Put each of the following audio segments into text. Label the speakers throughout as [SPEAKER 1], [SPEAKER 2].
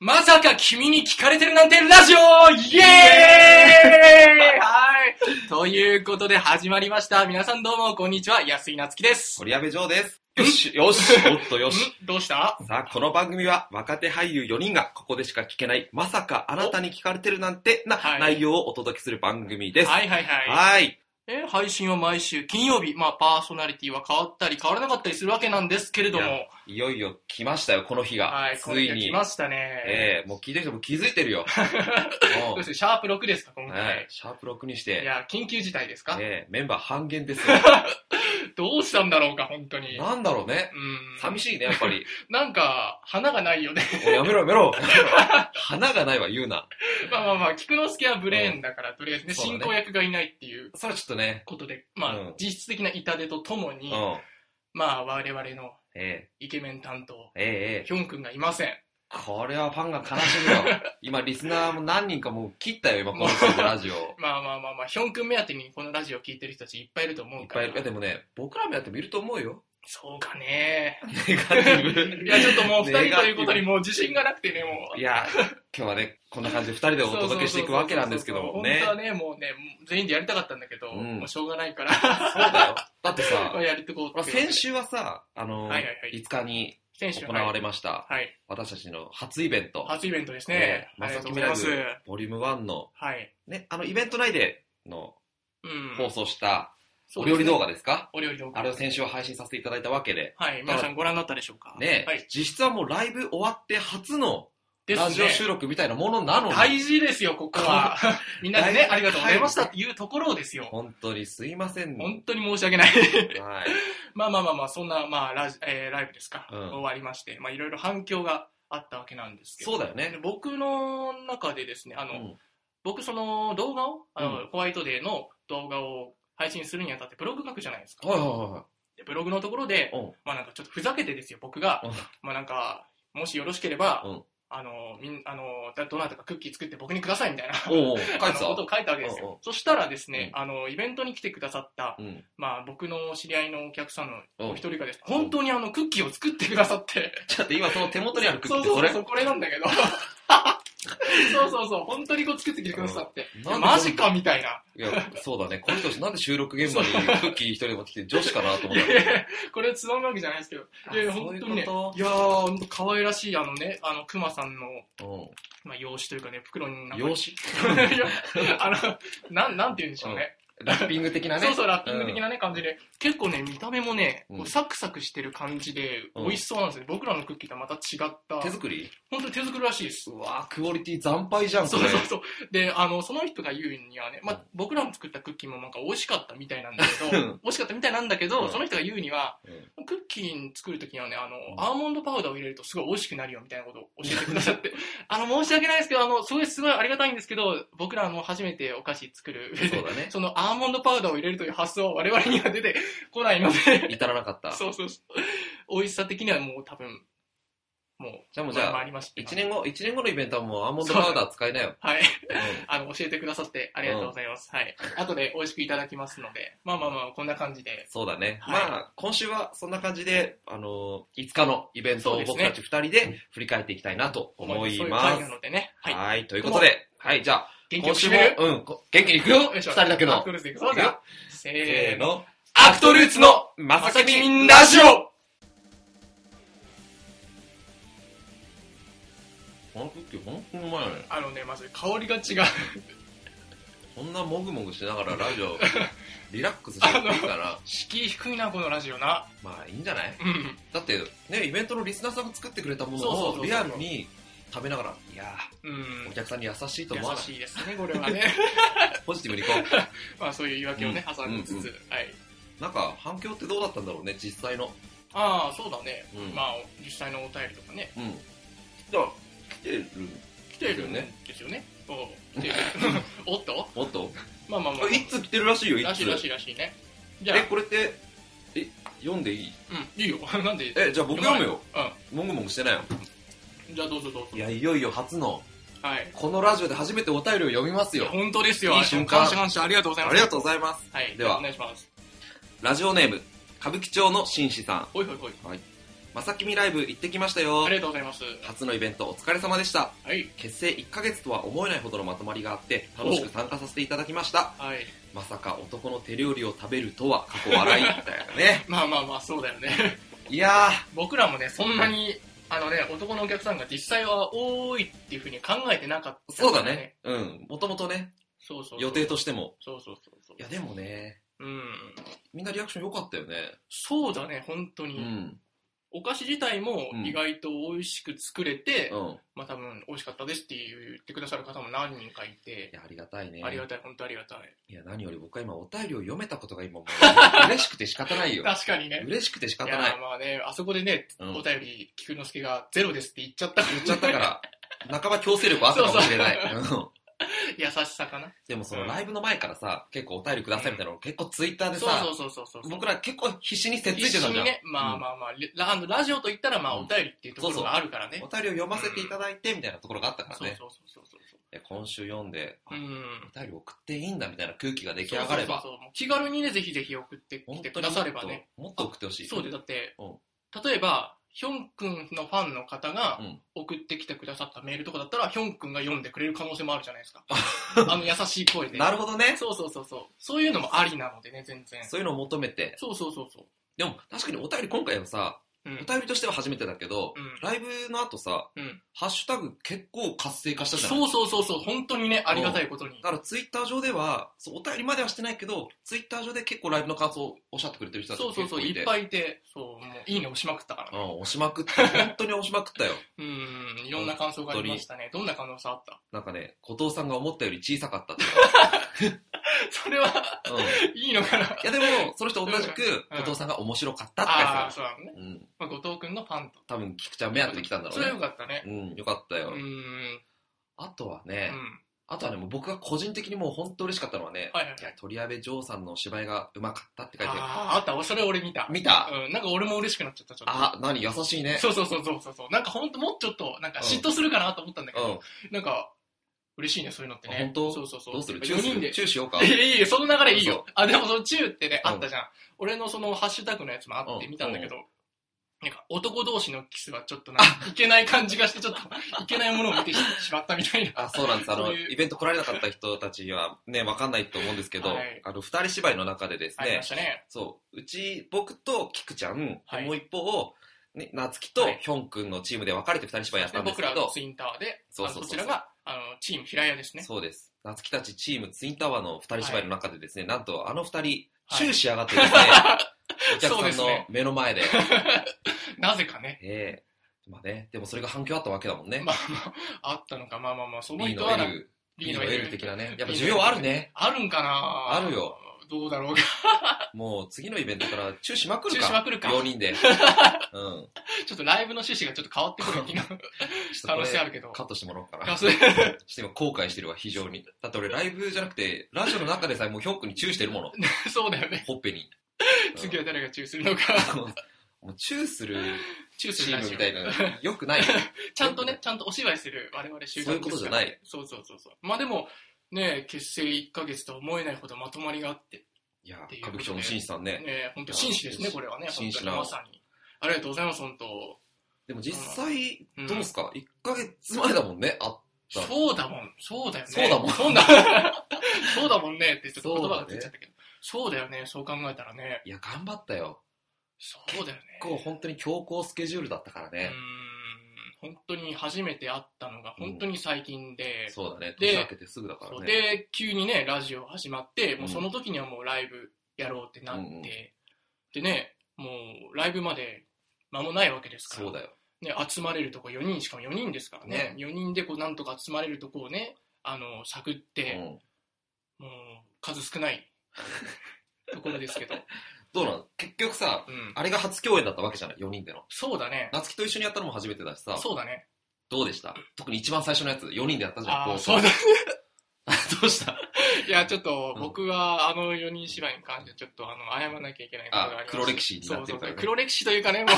[SPEAKER 1] まさか君に聞かれてるなんてラジオイエーイはい。ということで始まりました。皆さんどうもこんにちは。安井なつきです。
[SPEAKER 2] 鳥矢部城です。よし、よし、おっとよし。
[SPEAKER 1] んどうした
[SPEAKER 2] さあ、この番組は若手俳優4人がここでしか聞けない、まさかあなたに聞かれてるなんてな
[SPEAKER 1] はい
[SPEAKER 2] 内容をお届けする番組です。
[SPEAKER 1] はいはいはい。
[SPEAKER 2] はい。
[SPEAKER 1] えー配信は毎週金曜日。まあパーソナリティは変わったり変わらなかったりするわけなんですけれど
[SPEAKER 2] い
[SPEAKER 1] も。
[SPEAKER 2] いよいよ来ましたよ、この日が。
[SPEAKER 1] はい、今
[SPEAKER 2] つい
[SPEAKER 1] 夜来
[SPEAKER 2] に。
[SPEAKER 1] ましたね。
[SPEAKER 2] ええもう聞いてる人も気づいて るよ。
[SPEAKER 1] どう
[SPEAKER 2] うん
[SPEAKER 1] ですシャープ6ですか、今
[SPEAKER 2] は
[SPEAKER 1] 回
[SPEAKER 2] い。。シャープ6にし
[SPEAKER 1] い
[SPEAKER 2] て、
[SPEAKER 1] や、緊急事態ですか
[SPEAKER 2] ええメンバー半減ですよ。
[SPEAKER 1] どうしたんだろうか、本当に。
[SPEAKER 2] なんだろうね。
[SPEAKER 1] うん。
[SPEAKER 2] 寂しいね、やっぱり。
[SPEAKER 1] なんか、花がないよね。
[SPEAKER 2] おいやめろや めろ。やめろ花がないわ、言うな。
[SPEAKER 1] まあまあまあ、菊之助はブレーンだから、とりあえずね、
[SPEAKER 2] そうだ
[SPEAKER 1] 進
[SPEAKER 2] ね
[SPEAKER 1] 行役がいないっていう
[SPEAKER 2] それはちょっとね。
[SPEAKER 1] ことで、まあ、
[SPEAKER 2] うん
[SPEAKER 1] 実質的な痛手ととも
[SPEAKER 2] う
[SPEAKER 1] に、
[SPEAKER 2] ん。え
[SPEAKER 1] まあ、我々の
[SPEAKER 2] え
[SPEAKER 1] イケメン担当、
[SPEAKER 2] ええええ
[SPEAKER 1] ヒョン君がいません。
[SPEAKER 2] これはファンが悲しむ よ。今、リスナーも何人かもう切ったよ、今、この人のラ ジオ。
[SPEAKER 1] まあまあまあまあ、ヒョン君目当てにこのラジオ聞いてる人たちいっぱいいると思
[SPEAKER 2] いうっ
[SPEAKER 1] か
[SPEAKER 2] ぱ
[SPEAKER 1] ら。
[SPEAKER 2] いいる。いやでもね、僕らもやってもいると思 うよ。
[SPEAKER 1] そうかね。
[SPEAKER 2] ネガティブ。
[SPEAKER 1] いや、ちょっともう二
[SPEAKER 2] ネ
[SPEAKER 1] 人
[SPEAKER 2] ガ
[SPEAKER 1] と
[SPEAKER 2] テ
[SPEAKER 1] い
[SPEAKER 2] ィ
[SPEAKER 1] う
[SPEAKER 2] ブ
[SPEAKER 1] ことにもう自信がなくてね、もう。
[SPEAKER 2] いや、今日はね、こんな感じで二人でお届けしていくわけなんですけども
[SPEAKER 1] 本当
[SPEAKER 2] ね。そ
[SPEAKER 1] は
[SPEAKER 2] う
[SPEAKER 1] ね、もうね、全員でやりたかったんだけど、
[SPEAKER 2] うん
[SPEAKER 1] もうしょうがないから、
[SPEAKER 2] だよ。だ って
[SPEAKER 1] まあ
[SPEAKER 2] さ、
[SPEAKER 1] やるとこうっていう
[SPEAKER 2] 先週はさ、あの、
[SPEAKER 1] はいはいはい
[SPEAKER 2] 5日に
[SPEAKER 1] 選手
[SPEAKER 2] 行われ
[SPEAKER 1] ま
[SPEAKER 2] ました、
[SPEAKER 1] はい。
[SPEAKER 2] 私たちの初イベント、
[SPEAKER 1] 初イベントです
[SPEAKER 2] ね
[SPEAKER 1] ね。ありがとうございます。
[SPEAKER 2] まさきボリューム1の、
[SPEAKER 1] はい。
[SPEAKER 2] ね、あの、イベント内での
[SPEAKER 1] うん。
[SPEAKER 2] 放送した、
[SPEAKER 1] そう
[SPEAKER 2] お
[SPEAKER 1] ですね
[SPEAKER 2] 料理動画ですか
[SPEAKER 1] お料理動画
[SPEAKER 2] あれを先週は配信させていただいたわけで、
[SPEAKER 1] はい。皆さんご覧になったでしょうか
[SPEAKER 2] ね、
[SPEAKER 1] はい。
[SPEAKER 2] 実質はもうライブ終わって初の
[SPEAKER 1] ですね
[SPEAKER 2] ラジオ収録みたいなものなのに、
[SPEAKER 1] 大事ですよ、ここ は。みんなでね、ありがとうございましたっていうところをですよ。
[SPEAKER 2] 本当にすいませんね。
[SPEAKER 1] 本当に申し訳ない。
[SPEAKER 2] はい。
[SPEAKER 1] まあまあまあまあ、そんな、まあ、ラジ、えーライブですか。
[SPEAKER 2] うん
[SPEAKER 1] 終わりまして、まあ、いろいろ反響があったわけなんですけど。
[SPEAKER 2] そうだよね。
[SPEAKER 1] 僕の中でですね、あ
[SPEAKER 2] う
[SPEAKER 1] の、
[SPEAKER 2] ん
[SPEAKER 1] 僕その動画を、あの、
[SPEAKER 2] う
[SPEAKER 1] ホワイトデーの動画を配信するにあたってブログ書くじゃないですか。
[SPEAKER 2] はいは
[SPEAKER 1] でブログのところで、
[SPEAKER 2] いはい。うん
[SPEAKER 1] まあなんかちょっとふざけてですよ、僕が
[SPEAKER 2] うん、
[SPEAKER 1] まあなんか、もしよろしければ、
[SPEAKER 2] うん
[SPEAKER 1] あの、みん、あの、だどなたかクッキー作って僕にくださいみたいな、
[SPEAKER 2] おうおう書いて
[SPEAKER 1] あ
[SPEAKER 2] た
[SPEAKER 1] のことを書いたわけです
[SPEAKER 2] うんう
[SPEAKER 1] よ
[SPEAKER 2] ん。
[SPEAKER 1] そしたらですね、あの、イベントに来てくださった、
[SPEAKER 2] うん。
[SPEAKER 1] まあ僕の知り合いのお客さんの
[SPEAKER 2] うん
[SPEAKER 1] お一人がですね、本当にあの、クッキーを作ってくださって、
[SPEAKER 2] ちょっと今その手元にあるクッキーって
[SPEAKER 1] そうそ
[SPEAKER 2] そ
[SPEAKER 1] う
[SPEAKER 2] れ
[SPEAKER 1] そう、これなんだけど。 そうそうそう、本当にこう作ってきてくださって。
[SPEAKER 2] うん
[SPEAKER 1] いやマジかみたいな。
[SPEAKER 2] いや、そうだね。この人なんで収録現場にクッキー一人で持ってきて女子かなと思
[SPEAKER 1] い
[SPEAKER 2] っ
[SPEAKER 1] や
[SPEAKER 2] た
[SPEAKER 1] いやこれつなぐわけじゃないですけど。いやいや、
[SPEAKER 2] あそう
[SPEAKER 1] 本
[SPEAKER 2] いう
[SPEAKER 1] 当
[SPEAKER 2] こ
[SPEAKER 1] に
[SPEAKER 2] と
[SPEAKER 1] ね、いやー、ほんと可愛らしい、あのね、あの、熊さんの
[SPEAKER 2] う
[SPEAKER 1] まあ、用紙というかね、袋に
[SPEAKER 2] ん。
[SPEAKER 1] なんか
[SPEAKER 2] 容姿
[SPEAKER 1] いや あの、なん、なんて言うんでしょうね。
[SPEAKER 2] ラッピング的なね。
[SPEAKER 1] そうそう、ラッピング的なね、感じで。結構ね、見た目もね、こ
[SPEAKER 2] う
[SPEAKER 1] うんサクサクしてる感じで、
[SPEAKER 2] うん
[SPEAKER 1] 美味しそうなんですよ、僕らのクッキーとはまた違った。
[SPEAKER 2] 手作り
[SPEAKER 1] 本当に手作りらしいです。
[SPEAKER 2] うわークオリティ惨敗じゃん、こ
[SPEAKER 1] そう
[SPEAKER 2] れ。
[SPEAKER 1] そうそう。で、あの、その人が言うにはね、ま
[SPEAKER 2] う
[SPEAKER 1] あ
[SPEAKER 2] ん、
[SPEAKER 1] 僕らの作ったクッキーもなんか美味しかったみたいなんだけ
[SPEAKER 2] う
[SPEAKER 1] ど
[SPEAKER 2] ん、
[SPEAKER 1] 美味しかったみたいなんだけど、
[SPEAKER 2] うん
[SPEAKER 1] その人が言うには、
[SPEAKER 2] うん
[SPEAKER 1] クッキー作るときにはね、あの、
[SPEAKER 2] ん
[SPEAKER 1] アーモンドパウダーを入れるとすごい美味しくなるよみたいなことを教えてくださ って、あの、申し訳ないですけど、あの、すごいすごいありがたいんですけど、僕らあの、初めてお菓子作る上
[SPEAKER 2] そ
[SPEAKER 1] で
[SPEAKER 2] う、だね。
[SPEAKER 1] そのアーモンドパウダーを入れるという発想は我々には出てこないので、
[SPEAKER 2] 至らなかった。じ
[SPEAKER 1] そうそうそう。美味しさ的にはもう多分、もう、
[SPEAKER 2] ゃあもうじゃ
[SPEAKER 1] まあ
[SPEAKER 2] あ、
[SPEAKER 1] りました
[SPEAKER 2] 一年後、一年後のイベントはもうアーモンドパウダー使いなよ。
[SPEAKER 1] はい。
[SPEAKER 2] うん
[SPEAKER 1] あの、教えてくださってありがとうございます。はい。後で美味しくいただきますので、まあまあまあ、こんな感じで。
[SPEAKER 2] そうだね。
[SPEAKER 1] はい
[SPEAKER 2] まあ、今週はそんな感じで、あのー、5日のイベント
[SPEAKER 1] そう
[SPEAKER 2] を
[SPEAKER 1] です
[SPEAKER 2] 僕
[SPEAKER 1] ね
[SPEAKER 2] たち2人で振り返っていきたいなと思いま
[SPEAKER 1] そういう回な
[SPEAKER 2] す。
[SPEAKER 1] のでね。はい。
[SPEAKER 2] はい、ということで、はい、じゃあ、
[SPEAKER 1] 元気を
[SPEAKER 2] 今週
[SPEAKER 1] 締
[SPEAKER 2] も
[SPEAKER 1] める、
[SPEAKER 2] うん、こ元気に行くよ !2 人だけ
[SPEAKER 1] ア
[SPEAKER 2] の
[SPEAKER 1] クト。ルーズいくぞじゃあせー
[SPEAKER 2] せー
[SPEAKER 1] の。
[SPEAKER 2] の、アクトルーツのまさきみんラジオこのクッキー本当にうまいね。
[SPEAKER 1] あのね、まず香りが違う。
[SPEAKER 2] こんなもぐもぐしながらラジオ、リラックスしてっていい から、
[SPEAKER 1] 敷居低いな、このラジオな。
[SPEAKER 2] まあいいんじゃない
[SPEAKER 1] うん。
[SPEAKER 2] だってねイベントのリスナーさんが作ってくれたも
[SPEAKER 1] そうそうそう
[SPEAKER 2] の
[SPEAKER 1] そう
[SPEAKER 2] をリアルに食べながらいや
[SPEAKER 1] う
[SPEAKER 2] ーお
[SPEAKER 1] ん。
[SPEAKER 2] 客さんに優しいと思わ
[SPEAKER 1] 優
[SPEAKER 2] ない
[SPEAKER 1] しいですね、これは ね。
[SPEAKER 2] ポジティブにいこう
[SPEAKER 1] まあそういう言い訳をね、挟みつ
[SPEAKER 2] うん
[SPEAKER 1] つ。はい。
[SPEAKER 2] なんか反響ってどうだったんだろうね実際の
[SPEAKER 1] ああ、そうだね。
[SPEAKER 2] うん、
[SPEAKER 1] まあ、実際のお便りとかね。
[SPEAKER 2] うんじゃあ来てる
[SPEAKER 1] 来てるん
[SPEAKER 2] ね
[SPEAKER 1] ですよね。おう来てる。 おっと
[SPEAKER 2] もっと
[SPEAKER 1] まあまあまあま
[SPEAKER 2] えいつ来てるらしいよ
[SPEAKER 1] あ。
[SPEAKER 2] い
[SPEAKER 1] らし
[SPEAKER 2] つ
[SPEAKER 1] いらしいらしいね。じゃあ
[SPEAKER 2] え、これってえ読んでいい
[SPEAKER 1] うん、いいよ。 なんで
[SPEAKER 2] えじゃあ僕読むよ
[SPEAKER 1] うん。
[SPEAKER 2] もぐもぐしてないよ
[SPEAKER 1] じゃあどうぞどうぞ
[SPEAKER 2] い。やいよいよ初の
[SPEAKER 1] はい。
[SPEAKER 2] このラジオで初めてお便りを読みますよ
[SPEAKER 1] 本当ですよ。
[SPEAKER 2] いい瞬間
[SPEAKER 1] 感謝感謝。ありがとうございま
[SPEAKER 2] あ
[SPEAKER 1] す。
[SPEAKER 2] りがとうございます
[SPEAKER 1] はい。
[SPEAKER 2] では
[SPEAKER 1] お願いします。
[SPEAKER 2] ラジオネーム歌舞伎町の紳士さん
[SPEAKER 1] ほいほいほい。
[SPEAKER 2] ままさきみライブ行ってきましたよ
[SPEAKER 1] ありがとうございます。
[SPEAKER 2] 初のイベントお疲れ様でした
[SPEAKER 1] はい。
[SPEAKER 2] 結成1ヶ月とは思えないほどのまとまりがあって楽しく参加させていただきました
[SPEAKER 1] はい。
[SPEAKER 2] まさか男の手料理を食べるとは過去笑いみたいなね
[SPEAKER 1] まあまあまあ、そうだよね。
[SPEAKER 2] いや
[SPEAKER 1] 僕らもね、そんなに、あのね、男のお客さんが実際は多いっていうふうに考えてなかった
[SPEAKER 2] ー
[SPEAKER 1] から。
[SPEAKER 2] そうだねうんもともとね
[SPEAKER 1] そうそうそう。
[SPEAKER 2] 予定としても
[SPEAKER 1] そうそうそうそう。
[SPEAKER 2] いやでもね
[SPEAKER 1] うん。
[SPEAKER 2] みんなリアクション良かったよね
[SPEAKER 1] そうだね、本当
[SPEAKER 2] う
[SPEAKER 1] に。
[SPEAKER 2] ん
[SPEAKER 1] お菓子自体も
[SPEAKER 2] うん
[SPEAKER 1] 意外と美味しく作れて、
[SPEAKER 2] うん
[SPEAKER 1] まあ多分美味しかったですって言ってくださる方も何人かい
[SPEAKER 2] い
[SPEAKER 1] て、
[SPEAKER 2] やありがたいね
[SPEAKER 1] ありがたい、本当ありがたい。
[SPEAKER 2] いや何より僕は今お便りを読めたことが今もう嬉しくて仕方ないよ
[SPEAKER 1] 確かにね。
[SPEAKER 2] 嬉しくて仕
[SPEAKER 1] い
[SPEAKER 2] 方
[SPEAKER 1] や
[SPEAKER 2] ない
[SPEAKER 1] まあね、あそこでね、
[SPEAKER 2] うん
[SPEAKER 1] お便り、菊之助がゼロですって言っちゃ ったか
[SPEAKER 2] 言っちゃったから半ば強制力あったかもしれないうん
[SPEAKER 1] ら、優しさかな。
[SPEAKER 2] でもその
[SPEAKER 1] うん
[SPEAKER 2] ライブの前からさ、結構お便りくださいみたいなのを結構ツイッターで
[SPEAKER 1] そう
[SPEAKER 2] さ、
[SPEAKER 1] そうそうそうそう。
[SPEAKER 2] 僕ら結構必死にせっつ
[SPEAKER 1] 一
[SPEAKER 2] いてた
[SPEAKER 1] 緒
[SPEAKER 2] じ
[SPEAKER 1] に
[SPEAKER 2] ゃん。
[SPEAKER 1] ね、まあまあまあ、ラあのラジオといったら、まあ
[SPEAKER 2] うん
[SPEAKER 1] お便りっていうところがあるからね
[SPEAKER 2] お。便りを読ませていただいてみたいなところがあったから
[SPEAKER 1] そう
[SPEAKER 2] ね。
[SPEAKER 1] そうそうそうそう。
[SPEAKER 2] いや今週読んで、あ
[SPEAKER 1] うん。
[SPEAKER 2] お便り送っていいんだみたいな空気が出来上がれば、
[SPEAKER 1] そうそうそうもう気軽にね、ぜひぜひ送ってき
[SPEAKER 2] 本
[SPEAKER 1] て
[SPEAKER 2] 当
[SPEAKER 1] くだ
[SPEAKER 2] にもっ
[SPEAKER 1] さ
[SPEAKER 2] と
[SPEAKER 1] ればね。
[SPEAKER 2] もっと送ってほしい。
[SPEAKER 1] そうで、だって
[SPEAKER 2] う、
[SPEAKER 1] 例えば、ヒョン君のファンの方が
[SPEAKER 2] うん
[SPEAKER 1] 送ってきてくださったメールとかだったら、ヒョン君が読んでくれる可能性もあるじゃない ですか。あの優しい声で。
[SPEAKER 2] なるほどね。
[SPEAKER 1] そうそうそうそう。そういうのもありなのでね、全然。
[SPEAKER 2] そういうのを求めて。
[SPEAKER 1] そうそうそうそう。
[SPEAKER 2] でも確かにお便り今回はさ、
[SPEAKER 1] うん
[SPEAKER 2] お便りとしては初めてだけど、
[SPEAKER 1] うん
[SPEAKER 2] ライブの後さ、
[SPEAKER 1] うん
[SPEAKER 2] ハッシュタグ結構活性化したじゃない
[SPEAKER 1] そうそうそうそう、本当にね、ありがたいことに。
[SPEAKER 2] だからツイッター上では、そうお便りまではしてないけど、ツイッター上で結構ライブの感想をおっしゃってくれてる人たち
[SPEAKER 1] そ
[SPEAKER 2] が
[SPEAKER 1] うそう
[SPEAKER 2] 結
[SPEAKER 1] そ
[SPEAKER 2] 構
[SPEAKER 1] う、
[SPEAKER 2] い
[SPEAKER 1] い
[SPEAKER 2] て。
[SPEAKER 1] っぱいいて、そう、もういいね押しまくったから
[SPEAKER 2] う
[SPEAKER 1] ね。
[SPEAKER 2] ん、押しま くった。本当に押しまくったよ。
[SPEAKER 1] うん、いろんな感想がありましたね。どんな感想あった
[SPEAKER 2] なんかね、後藤さんが思ったより小さかったっていう
[SPEAKER 1] それは、
[SPEAKER 2] か。うん。い
[SPEAKER 1] いいのかな
[SPEAKER 2] やでも、その人同じく、後藤さんが面白かったって
[SPEAKER 1] ああ
[SPEAKER 2] 書
[SPEAKER 1] ー、そうなのね。
[SPEAKER 2] いてた。うん。
[SPEAKER 1] まあ、後藤君のファンと。
[SPEAKER 2] 多分、菊ちゃん目当てで来たんだろ
[SPEAKER 1] そうれはよ
[SPEAKER 2] ね。
[SPEAKER 1] かったね。
[SPEAKER 2] うん、よかった
[SPEAKER 1] う
[SPEAKER 2] よ。
[SPEAKER 1] ん。
[SPEAKER 2] あとは
[SPEAKER 1] う
[SPEAKER 2] ね、
[SPEAKER 1] ん。
[SPEAKER 2] あとはね、もう僕が個人的にもう本当嬉しかったのはね、
[SPEAKER 1] はいはいはい
[SPEAKER 2] や、鳥矢部嬢さんの芝居がうまかったって書いてあ
[SPEAKER 1] ああ、あった。それ俺見た
[SPEAKER 2] る。。見た
[SPEAKER 1] うん。なんか俺も嬉しくなっちゃった、ちょっと。
[SPEAKER 2] あ、何優しいね。
[SPEAKER 1] そうそうそうそうそうそう。なんかほんともうちょっと、なんか嫉妬するかなと思ったんだけど、
[SPEAKER 2] う
[SPEAKER 1] なんか、嬉しいね、そういうのってね。
[SPEAKER 2] あ本当
[SPEAKER 1] そうそうそ
[SPEAKER 2] ん。
[SPEAKER 1] う。
[SPEAKER 2] どうす
[SPEAKER 1] や
[SPEAKER 2] る
[SPEAKER 1] っぱ
[SPEAKER 2] チュ
[SPEAKER 1] 四
[SPEAKER 2] ーす
[SPEAKER 1] 人
[SPEAKER 2] る
[SPEAKER 1] で。
[SPEAKER 2] チューしようか。
[SPEAKER 1] いやいやいや、その流れいい
[SPEAKER 2] そ
[SPEAKER 1] よ。あ、でもそのチューってね、
[SPEAKER 2] うん
[SPEAKER 1] あったじゃん。俺のそのハッシュタグのやつもあって
[SPEAKER 2] うん
[SPEAKER 1] 見たんだけど、なんか男同士のキスはちょっ となんか、いけない感じがして、ちょっと、いけないものを見てしまったみたい な。
[SPEAKER 2] あそうなんですあの
[SPEAKER 1] そういう
[SPEAKER 2] イベント来られなかった人たちはね分かんないと思うんですけど、
[SPEAKER 1] はい
[SPEAKER 2] あの二人芝居の中でです
[SPEAKER 1] あり
[SPEAKER 2] ね
[SPEAKER 1] ましたね。
[SPEAKER 2] そううち僕と菊ちゃん、
[SPEAKER 1] はい
[SPEAKER 2] もう一方を、ね、夏希と
[SPEAKER 1] はい
[SPEAKER 2] ヒョン君のチームで分かれて二人芝居やったんで
[SPEAKER 1] 僕
[SPEAKER 2] すけ
[SPEAKER 1] ら
[SPEAKER 2] ど、
[SPEAKER 1] ツインタワーで、
[SPEAKER 2] そう
[SPEAKER 1] あの
[SPEAKER 2] そう
[SPEAKER 1] こ
[SPEAKER 2] そうそ
[SPEAKER 1] ち
[SPEAKER 2] う
[SPEAKER 1] らが、あの、チーム平屋ですね。
[SPEAKER 2] そうです夏希たちチームツインタワーの二人芝居の中でですね、なんとあの二人
[SPEAKER 1] はい
[SPEAKER 2] チューしやがってですね、
[SPEAKER 1] そ
[SPEAKER 2] お
[SPEAKER 1] う
[SPEAKER 2] 客
[SPEAKER 1] で
[SPEAKER 2] さん
[SPEAKER 1] す
[SPEAKER 2] の
[SPEAKER 1] ね
[SPEAKER 2] 目の前で
[SPEAKER 1] なぜかね。
[SPEAKER 2] ええまあねでもそれが反響あったわけだもんね、
[SPEAKER 1] まあまあ、あったのか、まあまあまあ、その
[SPEAKER 2] B
[SPEAKER 1] 人
[SPEAKER 2] の
[SPEAKER 1] はな、
[SPEAKER 2] L
[SPEAKER 1] B
[SPEAKER 2] B
[SPEAKER 1] の
[SPEAKER 2] の
[SPEAKER 1] L
[SPEAKER 2] L 的なねやっぱ需要あるね
[SPEAKER 1] あるんかな
[SPEAKER 2] あるよ。
[SPEAKER 1] どうだ ろうか。
[SPEAKER 2] もう次のイベントからチューしまくる
[SPEAKER 1] 中止
[SPEAKER 2] か
[SPEAKER 1] まくるか。
[SPEAKER 2] 4人で、 うん、
[SPEAKER 1] ちょっとライブの趣旨がちょっと変わってくる気が。
[SPEAKER 2] ちょっとこ
[SPEAKER 1] 可能性ある
[SPEAKER 2] れ
[SPEAKER 1] けど
[SPEAKER 2] カットしてもらおうかな。
[SPEAKER 1] あ
[SPEAKER 2] ち
[SPEAKER 1] それ
[SPEAKER 2] ょっと今後悔してるわ、非常に。だって俺ライブじゃなくて、ラジオの中でさえもうヒョン君にチューしてる もの。
[SPEAKER 1] そうだよね。
[SPEAKER 2] ほっぺに。
[SPEAKER 1] 次は誰が チューするのか。
[SPEAKER 2] もうチューする
[SPEAKER 1] チューす
[SPEAKER 2] チ
[SPEAKER 1] る
[SPEAKER 2] ー
[SPEAKER 1] ラ
[SPEAKER 2] ム
[SPEAKER 1] ジ
[SPEAKER 2] み
[SPEAKER 1] オ
[SPEAKER 2] たいな、 よくないよ。
[SPEAKER 1] ちゃんとね、ちゃんとお芝居する我々集
[SPEAKER 2] そう
[SPEAKER 1] 団
[SPEAKER 2] い
[SPEAKER 1] で
[SPEAKER 2] うこと
[SPEAKER 1] す
[SPEAKER 2] じゃ
[SPEAKER 1] から
[SPEAKER 2] ない。
[SPEAKER 1] そうそうそうそう。まあでも、ね、結成1ヶ月とは思えないほどまとまりがあって、
[SPEAKER 2] いや
[SPEAKER 1] ってい、うこ
[SPEAKER 2] 歌
[SPEAKER 1] とで
[SPEAKER 2] 舞伎町の紳士さんね。
[SPEAKER 1] ね、本当紳士ですね、これはね。
[SPEAKER 2] 紳
[SPEAKER 1] 本
[SPEAKER 2] 士
[SPEAKER 1] 当
[SPEAKER 2] な
[SPEAKER 1] にまさに。ありがとうございます、本当。
[SPEAKER 2] でも実際、
[SPEAKER 1] うん
[SPEAKER 2] どうすか ?1 ヶ月前だもんね、あった。
[SPEAKER 1] そうだもん、そうだよね。
[SPEAKER 2] そうだもん
[SPEAKER 1] そうだ そうだもんねってちょっと言葉がついちゃったけど。そうだよね、そう考えたらね。
[SPEAKER 2] いや、頑張ったよ。
[SPEAKER 1] そうだよね。
[SPEAKER 2] 結構本当に強行スケジュールだったから
[SPEAKER 1] うーん
[SPEAKER 2] ね。、
[SPEAKER 1] 本当に初めて会ったのが本当に最近で、
[SPEAKER 2] そうだね。
[SPEAKER 1] で
[SPEAKER 2] 年明けてすぐだか
[SPEAKER 1] そ
[SPEAKER 2] ら
[SPEAKER 1] う
[SPEAKER 2] ね。
[SPEAKER 1] で、急にね、ラジオ始まって、もううんその時にはもうライブやろうってなって、
[SPEAKER 2] うんうん
[SPEAKER 1] でね、もうライブまで間もないわけですから。
[SPEAKER 2] そうだよ。
[SPEAKER 1] ね、集まれるとこ4人、しかも4人ですからね。
[SPEAKER 2] ね
[SPEAKER 1] 4人でこう、なんとか集まれるとこをね、あの、探って、
[SPEAKER 2] うん
[SPEAKER 1] もう数少ない ところですけど、
[SPEAKER 2] どうなの結局さ、
[SPEAKER 1] うん、
[SPEAKER 2] あれが初共演だったわけじゃない ?4 人での。
[SPEAKER 1] そうだね
[SPEAKER 2] 夏希と一緒にやったのも初めてだしさ。
[SPEAKER 1] そうだね
[SPEAKER 2] どうでした特に一番最初のやつ、4人でやったじゃん。
[SPEAKER 1] あ
[SPEAKER 2] こ
[SPEAKER 1] あそうだ
[SPEAKER 2] どうした
[SPEAKER 1] いやちょっと
[SPEAKER 2] うん
[SPEAKER 1] 僕はあの4人芝居に関してちょっとあの謝らなきゃいけないことがありま
[SPEAKER 2] あ
[SPEAKER 1] す
[SPEAKER 2] 黒歴史になってる
[SPEAKER 1] そうそ
[SPEAKER 2] か
[SPEAKER 1] う
[SPEAKER 2] ら
[SPEAKER 1] そう
[SPEAKER 2] ね
[SPEAKER 1] 黒歴史というか ねもう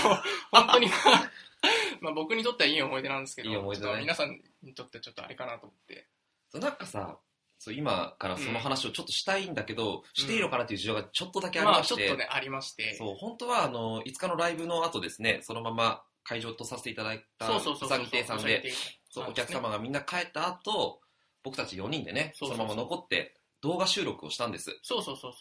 [SPEAKER 1] 本当に まあまあ僕にとってはいい思い出なんですけど
[SPEAKER 2] いい思い出だね
[SPEAKER 1] ちょっと皆さんにとってちょっとあれかなと思って
[SPEAKER 2] そうなんかさ、そう今からその話をちょっとしたいんだけど、していいのかなっていう事情がちょっとだけあり
[SPEAKER 1] ま
[SPEAKER 2] ま
[SPEAKER 1] あち
[SPEAKER 2] し、
[SPEAKER 1] ょってとね、ありまして。
[SPEAKER 2] そう本当はあの5日のライブの後ですねそのまま会場とさせていただいた
[SPEAKER 1] そうそうそうそう。
[SPEAKER 2] うさぎ亭さんでそうお客様がみんな帰った後僕たち4人でね
[SPEAKER 1] そ
[SPEAKER 2] そう
[SPEAKER 1] そうそう
[SPEAKER 2] のまま残って動画収録をしたんです、
[SPEAKER 1] そうそうそうそ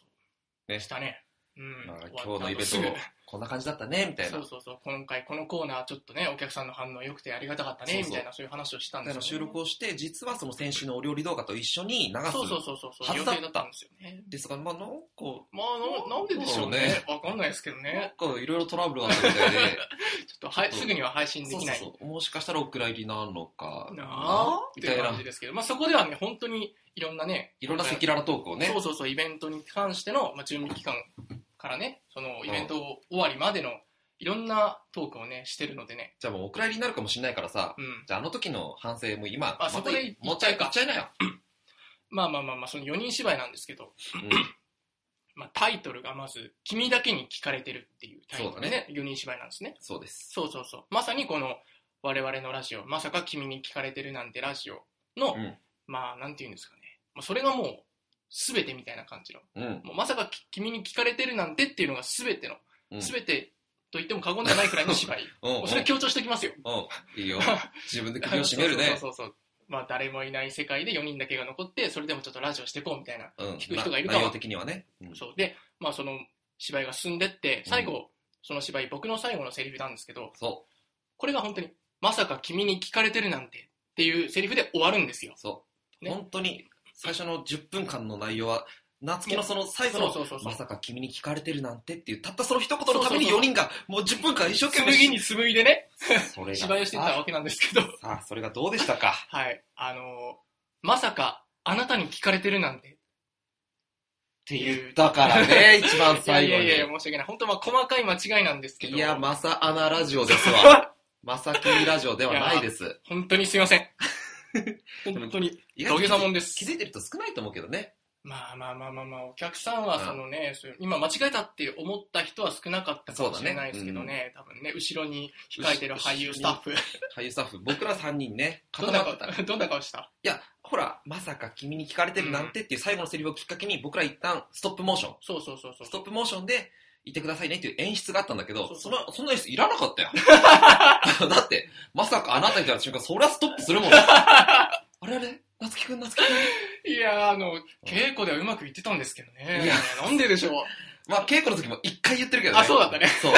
[SPEAKER 1] う。
[SPEAKER 2] ね
[SPEAKER 1] したね。うん。
[SPEAKER 2] まあ
[SPEAKER 1] 終わった
[SPEAKER 2] 今日のイベン
[SPEAKER 1] すぐ
[SPEAKER 2] トこんな感じだったねみたいな
[SPEAKER 1] そうそうそう。今回このコーナーちょっとね、お客さんの反応良くてありがたかったね、
[SPEAKER 2] そうそう
[SPEAKER 1] みたいなそういう話をしたん
[SPEAKER 2] み
[SPEAKER 1] で
[SPEAKER 2] たい
[SPEAKER 1] すよ、
[SPEAKER 2] な
[SPEAKER 1] ね。
[SPEAKER 2] 収録をして実はその先週のお料理動画と一緒に流す
[SPEAKER 1] そうそうそうそうそう。
[SPEAKER 2] は
[SPEAKER 1] 予
[SPEAKER 2] ずだった
[SPEAKER 1] 定だったんですよね。
[SPEAKER 2] ですがまあなんか
[SPEAKER 1] まあな、なんででしょうね。わ、かんないですけどね。
[SPEAKER 2] なんかいろいろトラブルがあったみたいで
[SPEAKER 1] ちょっとは
[SPEAKER 2] ちょっと
[SPEAKER 1] すぐには配 信で
[SPEAKER 2] そう
[SPEAKER 1] き
[SPEAKER 2] そ
[SPEAKER 1] な
[SPEAKER 2] う
[SPEAKER 1] い。
[SPEAKER 2] そうもしかしたらお蔵入りなのか
[SPEAKER 1] なあっ
[SPEAKER 2] み
[SPEAKER 1] て
[SPEAKER 2] た
[SPEAKER 1] い
[SPEAKER 2] いうな
[SPEAKER 1] 感じですけど、まあ、そこではね、本当にいろんなね、
[SPEAKER 2] いろんな赤裸々トークをね
[SPEAKER 1] そうそうそう、イベントに関しての、まあ、準備期間からね、そのイベント終わりまでのいろんなトークをね、してるのでね、
[SPEAKER 2] じゃあもうお蔵入りになるかもしれないからさ
[SPEAKER 1] うん。
[SPEAKER 2] じゃああの時の反省も今
[SPEAKER 1] あそこで
[SPEAKER 2] もうちゃい
[SPEAKER 1] 言
[SPEAKER 2] 言
[SPEAKER 1] っ
[SPEAKER 2] っちゃいなよ、
[SPEAKER 1] まあまあまあまあ、その4人芝居なんですけど、
[SPEAKER 2] うん
[SPEAKER 1] まあ、タイトルがまず、君だけに聞かれてるっていうタイトルでね、4人芝居なんですね。
[SPEAKER 2] そうです
[SPEAKER 1] そうそうそう。まさにこの、我々のラジオ、まさか君に聞かれてるなんてラジオの、
[SPEAKER 2] うん
[SPEAKER 1] まあ、なんていうんですかね。まあ、それがもう、すべてみたいな感じの。
[SPEAKER 2] うん
[SPEAKER 1] もうまさかき君に聞かれてるなんてっていうのが全ての、
[SPEAKER 2] うん
[SPEAKER 1] 全てと言っても過言ではないくらいの芝居。
[SPEAKER 2] うん
[SPEAKER 1] もうそれ強調しておきますよ。
[SPEAKER 2] うん いいよ自分で首を絞めるね
[SPEAKER 1] そうそうそうそう。まあ誰もいない世界で4人だけが残って、それでもちょっとラジオしていこうみたいな。
[SPEAKER 2] うん
[SPEAKER 1] 聞く人がいるか
[SPEAKER 2] 内容的にはね、うん
[SPEAKER 1] そう。で、まあその芝居が進んでって、最後、その芝居、僕の最後のセリフなんですけど、
[SPEAKER 2] そ
[SPEAKER 1] これが本当に、まさか君に聞かれてるなんてっていうセリフで終わるんですよ
[SPEAKER 2] う。そう、
[SPEAKER 1] ね
[SPEAKER 2] 本当に最初の10分間の内容は夏希のその最後の
[SPEAKER 1] そうそうそうそう
[SPEAKER 2] まさか君に聞かれてるなんてっていうたったその一言のために4人がもう10分間一生懸命
[SPEAKER 1] 紡ぎに紡いでね、
[SPEAKER 2] それが
[SPEAKER 1] 芝居をしていったわけなんですけど、
[SPEAKER 2] さあそれがどうでしたか
[SPEAKER 1] はい。あのーまさかあなたに聞かれてるなんて
[SPEAKER 2] って言ったか らね一番
[SPEAKER 1] いや
[SPEAKER 2] 最
[SPEAKER 1] い
[SPEAKER 2] 後
[SPEAKER 1] や
[SPEAKER 2] に
[SPEAKER 1] いや、申し訳ない。本当まあ細かい間違いなんですけど。
[SPEAKER 2] いや、まさあなラジオですわ。
[SPEAKER 1] あ、
[SPEAKER 2] まさきラジオではないです。
[SPEAKER 1] 本当にすいません。 本当に、
[SPEAKER 2] 意
[SPEAKER 1] 土下座も
[SPEAKER 2] 気
[SPEAKER 1] んで
[SPEAKER 2] 気
[SPEAKER 1] す。
[SPEAKER 2] づいてる人少ないと思うけどね。
[SPEAKER 1] まあまあまあまあまあ、お客さんはそのね、そういう今間違えたって思った人は少なかったかもしれないですけどね、多分ね、後ろに控えてる俳優スタッフ、
[SPEAKER 2] 俳優スタッフ、僕ら3 人ね、
[SPEAKER 1] ど
[SPEAKER 2] 固
[SPEAKER 1] んな
[SPEAKER 2] まってた。い
[SPEAKER 1] 顔、どんな顔した
[SPEAKER 2] や、ほら、まさか君に聞かれてるなんてっていう最後のセリフをきっかけに、僕ら一旦ストップモーション。
[SPEAKER 1] そうそうそうそう。
[SPEAKER 2] ストップモーションで、いてくださいねっていう演出があったんだけ
[SPEAKER 1] そ
[SPEAKER 2] ど、
[SPEAKER 1] う
[SPEAKER 2] そ
[SPEAKER 1] そう
[SPEAKER 2] の、そんな演出いらな かったよ。だって、まさかあなたにたら瞬間、そりゃストップするもん。あれあれ夏希くん、夏希くん。
[SPEAKER 1] いやー、あの、稽古ではうまくいってたんですけどね。
[SPEAKER 2] いや
[SPEAKER 1] なんででしょう。
[SPEAKER 2] まあ、稽古の時も一回言ってるけどね。
[SPEAKER 1] あそうだったね。
[SPEAKER 2] そう。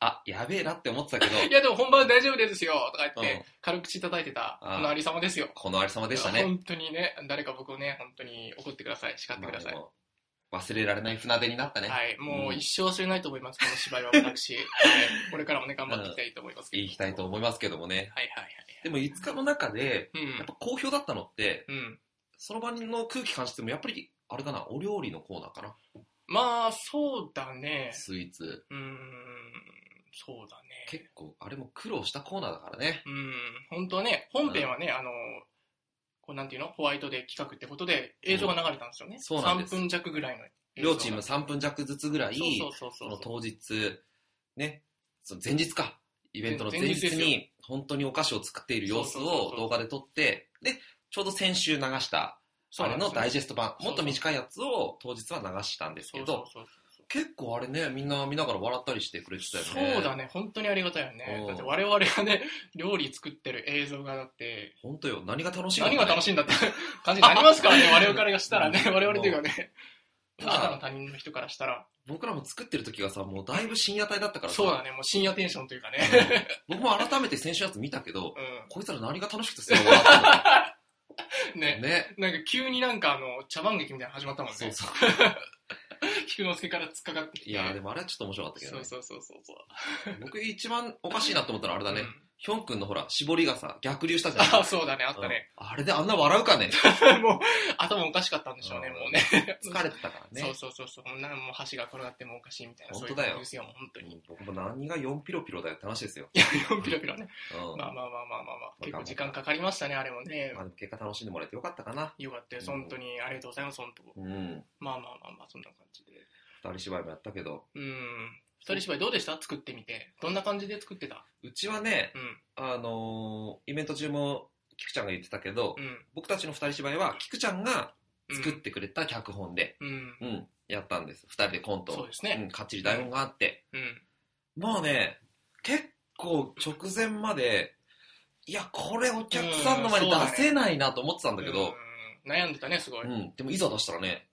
[SPEAKER 2] あ、やべえなって思ってたけど、
[SPEAKER 1] いや、でも本番大丈夫ですよ、とか言って、
[SPEAKER 2] うん
[SPEAKER 1] 軽口叩いてた、
[SPEAKER 2] あー
[SPEAKER 1] このありさまですよ。
[SPEAKER 2] このありさまでしたね。
[SPEAKER 1] 本当にね、誰か僕をね、本当に怒ってください、叱ってください。
[SPEAKER 2] まあでも忘れられない船出になったね。
[SPEAKER 1] はい、もう
[SPEAKER 2] うん
[SPEAKER 1] 一生忘れないと思います、この芝居は私。はい、これからもね、頑張っていきたいと思いますけど。
[SPEAKER 2] い、きたいと思いますけどもね。
[SPEAKER 1] はいは
[SPEAKER 2] でも5日の中で、
[SPEAKER 1] いはい。
[SPEAKER 2] やっぱ好評だったのって、
[SPEAKER 1] うん。うん。
[SPEAKER 2] その場の空気感じても、やっぱり、あれだな、お料理のコーナーかな。
[SPEAKER 1] まあ、そうだね。
[SPEAKER 2] スイーツ。
[SPEAKER 1] うーん、そうだね。
[SPEAKER 2] 結構、あれも苦労したコーナーだからね。
[SPEAKER 1] うん、本当はね、本編はね、あの、こうなんていうのホワイトで企画ってことで映像が流れたんですよね。
[SPEAKER 2] そうなんです
[SPEAKER 1] 3分弱ぐらいの映像が。
[SPEAKER 2] 両チーム3分弱ずつぐらい、
[SPEAKER 1] そうそうそうそう。
[SPEAKER 2] その当日、ね、その前日か。イベントの前
[SPEAKER 1] 前日で
[SPEAKER 2] 日
[SPEAKER 1] すよ
[SPEAKER 2] に、本当にお菓子を作っている様子
[SPEAKER 1] そうそうそうそ
[SPEAKER 2] を
[SPEAKER 1] う
[SPEAKER 2] 動画で撮って、で、ちょうど先週流した、
[SPEAKER 1] そう
[SPEAKER 2] あ
[SPEAKER 1] な
[SPEAKER 2] れ
[SPEAKER 1] んです
[SPEAKER 2] の
[SPEAKER 1] よ
[SPEAKER 2] ダイジェスト版、
[SPEAKER 1] そうそう
[SPEAKER 2] もっと短いやつを当日は流したんですけど、
[SPEAKER 1] そうそうそうそう
[SPEAKER 2] 結構あれね、みんな見ながら笑ったりしてくれてたよね。
[SPEAKER 1] そうだね、本当にありがたいよね
[SPEAKER 2] う。ん
[SPEAKER 1] だって我々がね、 料理作ってる映像がだって、
[SPEAKER 2] 本当よ、何が楽しいのか
[SPEAKER 1] 何
[SPEAKER 2] ね
[SPEAKER 1] が楽しいんだって感じになりますからね、我々からしたらね、我々というかね、あ
[SPEAKER 2] う
[SPEAKER 1] なたの他人の人からしたら、
[SPEAKER 2] 僕らも作ってる時がさ、もうだいぶ深夜帯だったからさ、
[SPEAKER 1] そうだね、もう深夜テンションというかね。
[SPEAKER 2] うん僕も改めて先週のやつ見たけ ど、
[SPEAKER 1] う
[SPEAKER 2] こいつら何が楽しくてそれ笑ったん
[SPEAKER 1] ん。
[SPEAKER 2] だろう
[SPEAKER 1] ね。
[SPEAKER 2] ね。
[SPEAKER 1] なんか急になんかあの、茶番劇みたいなの始まったもん
[SPEAKER 2] そう
[SPEAKER 1] ね。
[SPEAKER 2] そう。
[SPEAKER 1] 菊之助から突っかかってきて。
[SPEAKER 2] いやー、でもあれはちょっと面白かったけど
[SPEAKER 1] そ
[SPEAKER 2] ね
[SPEAKER 1] う。そうそうそうそう。
[SPEAKER 2] 僕一番おかしいなと思ったのはあれだね、
[SPEAKER 1] うん。
[SPEAKER 2] ヒョン君のほら、絞りがさ、逆流したじゃん。
[SPEAKER 1] あ、そうだね、あったね。
[SPEAKER 2] うんあれであんな笑うかね。
[SPEAKER 1] もう、頭おかしかったんでしょうね、
[SPEAKER 2] うん
[SPEAKER 1] もうね。
[SPEAKER 2] 疲れてたからね。
[SPEAKER 1] そうそうそうそう。こんなもう箸が転がってもおかしいみたいな。
[SPEAKER 2] 本当だ
[SPEAKER 1] そうい
[SPEAKER 2] よ
[SPEAKER 1] う感じですよ、もう本当に。
[SPEAKER 2] 僕も何が4ピロピロだよって話ですよ。
[SPEAKER 1] いや、ピロピロね。
[SPEAKER 2] うん
[SPEAKER 1] まあまあまあまあまあまあ。結構時間かかりましたね、あれもね
[SPEAKER 2] ま。あでも結果楽しんでもらえてよかったかな。
[SPEAKER 1] よかったです。本当に、ありがとうございます、本当。
[SPEAKER 2] うん。
[SPEAKER 1] まあまあまあまあ、そんな感じで。
[SPEAKER 2] 二人芝居もやったけど。
[SPEAKER 1] うん。二人芝居どうでした作ってみて。どんな感じで作ってた
[SPEAKER 2] うちはね、
[SPEAKER 1] うん。
[SPEAKER 2] あのーイベント中も菊ちゃんが言ってたけど、
[SPEAKER 1] うん。
[SPEAKER 2] 僕たちの二人芝居は菊ちゃんが作ってくれた脚本で、
[SPEAKER 1] うん。
[SPEAKER 2] うん、やったんです。二人でコントを
[SPEAKER 1] そうですね
[SPEAKER 2] うん、かっちり台本があって。
[SPEAKER 1] うん。
[SPEAKER 2] まあね、結構直前まで、いや、これお客さんの前に
[SPEAKER 1] うんそうだね
[SPEAKER 2] 出せないなと思ってたんだけど、
[SPEAKER 1] うん、悩んでたね、すごい。う
[SPEAKER 2] う、
[SPEAKER 1] んん。
[SPEAKER 2] でもいざ出したらね、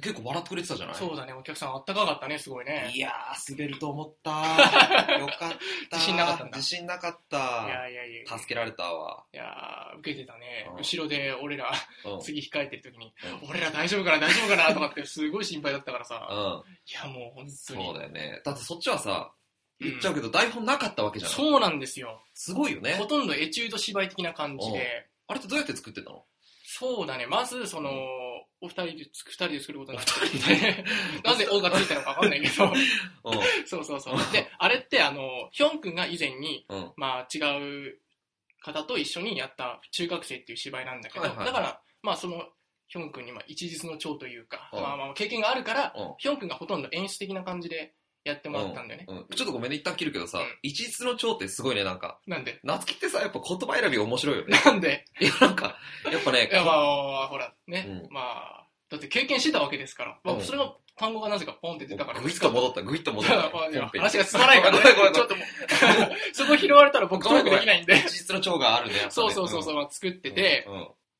[SPEAKER 2] 結構笑ってくれてたじゃない
[SPEAKER 1] そうだね、お客さんあったかかったね、すごいね。
[SPEAKER 2] いやー、滑ると思 ったー。よかった。
[SPEAKER 1] 自信なかったんだ
[SPEAKER 2] 自信なかっ
[SPEAKER 1] い
[SPEAKER 2] た。
[SPEAKER 1] やいやいや。
[SPEAKER 2] 助けられたわ。
[SPEAKER 1] いやー受けてたね
[SPEAKER 2] うん。
[SPEAKER 1] 後ろで俺ら、
[SPEAKER 2] うん。うん。
[SPEAKER 1] 次控えてる時に、俺ら大丈夫かな、大丈夫かな、とかってすごい心配だったからさ。
[SPEAKER 2] う
[SPEAKER 1] いや、もう本当
[SPEAKER 2] ん。
[SPEAKER 1] に。
[SPEAKER 2] そうだよね。だってそっちはさ、
[SPEAKER 1] うん
[SPEAKER 2] 言っちゃうけど台本なかったわけじゃない。
[SPEAKER 1] そうなんですよ。
[SPEAKER 2] すごいよね
[SPEAKER 1] ほ。とんどエチュード芝居的な感じで。
[SPEAKER 2] あれってどうやって作ってたの
[SPEAKER 1] そうだね、まず、その、お二人で、二人で作ることになって
[SPEAKER 2] お二人で
[SPEAKER 1] なぜ「お」がついたのかわかん ないけど、
[SPEAKER 2] うん。
[SPEAKER 1] そうそうそう。で、あれって、あの、ヒョン君が以前に、
[SPEAKER 2] うん
[SPEAKER 1] まあ、違う方と一緒にやった中学生っていう芝居なんだけど、
[SPEAKER 2] はいはい
[SPEAKER 1] だから、まあ、その、ヒョン君に、まあ、一日の長というか、
[SPEAKER 2] うん
[SPEAKER 1] まあまあ、経験があるから、
[SPEAKER 2] うん
[SPEAKER 1] ヒョン君がほとんど演出的な感じでやってもらったんだよね。
[SPEAKER 2] うん。ちょっとごめんね、一旦切るけどさ
[SPEAKER 1] うん、
[SPEAKER 2] 一日の蝶ってすごいね、なんか。
[SPEAKER 1] なんで、
[SPEAKER 2] 夏希ってさ、やっぱ言葉選び面白いよね。
[SPEAKER 1] なんで、
[SPEAKER 2] いや、なんか、やっぱね
[SPEAKER 1] い、や、まあ、ほら、ね、
[SPEAKER 2] う
[SPEAKER 1] まあ、だって経験してたわけですから、ま
[SPEAKER 2] う
[SPEAKER 1] あ、
[SPEAKER 2] ん
[SPEAKER 1] それが単語がなぜかポンって出たから、
[SPEAKER 2] グイッと戻った、グイッと戻っ
[SPEAKER 1] いや
[SPEAKER 2] た。
[SPEAKER 1] まあいや
[SPEAKER 2] 本編
[SPEAKER 1] 話が進まないからね
[SPEAKER 2] ごめんごめんごめん
[SPEAKER 1] ちょっともう、 そこ拾われたら僕トークできないん で。
[SPEAKER 2] 一日の蝶があるね、やっぱね
[SPEAKER 1] そうそうそうそう、
[SPEAKER 2] う
[SPEAKER 1] まあ作って
[SPEAKER 2] ん。
[SPEAKER 1] て、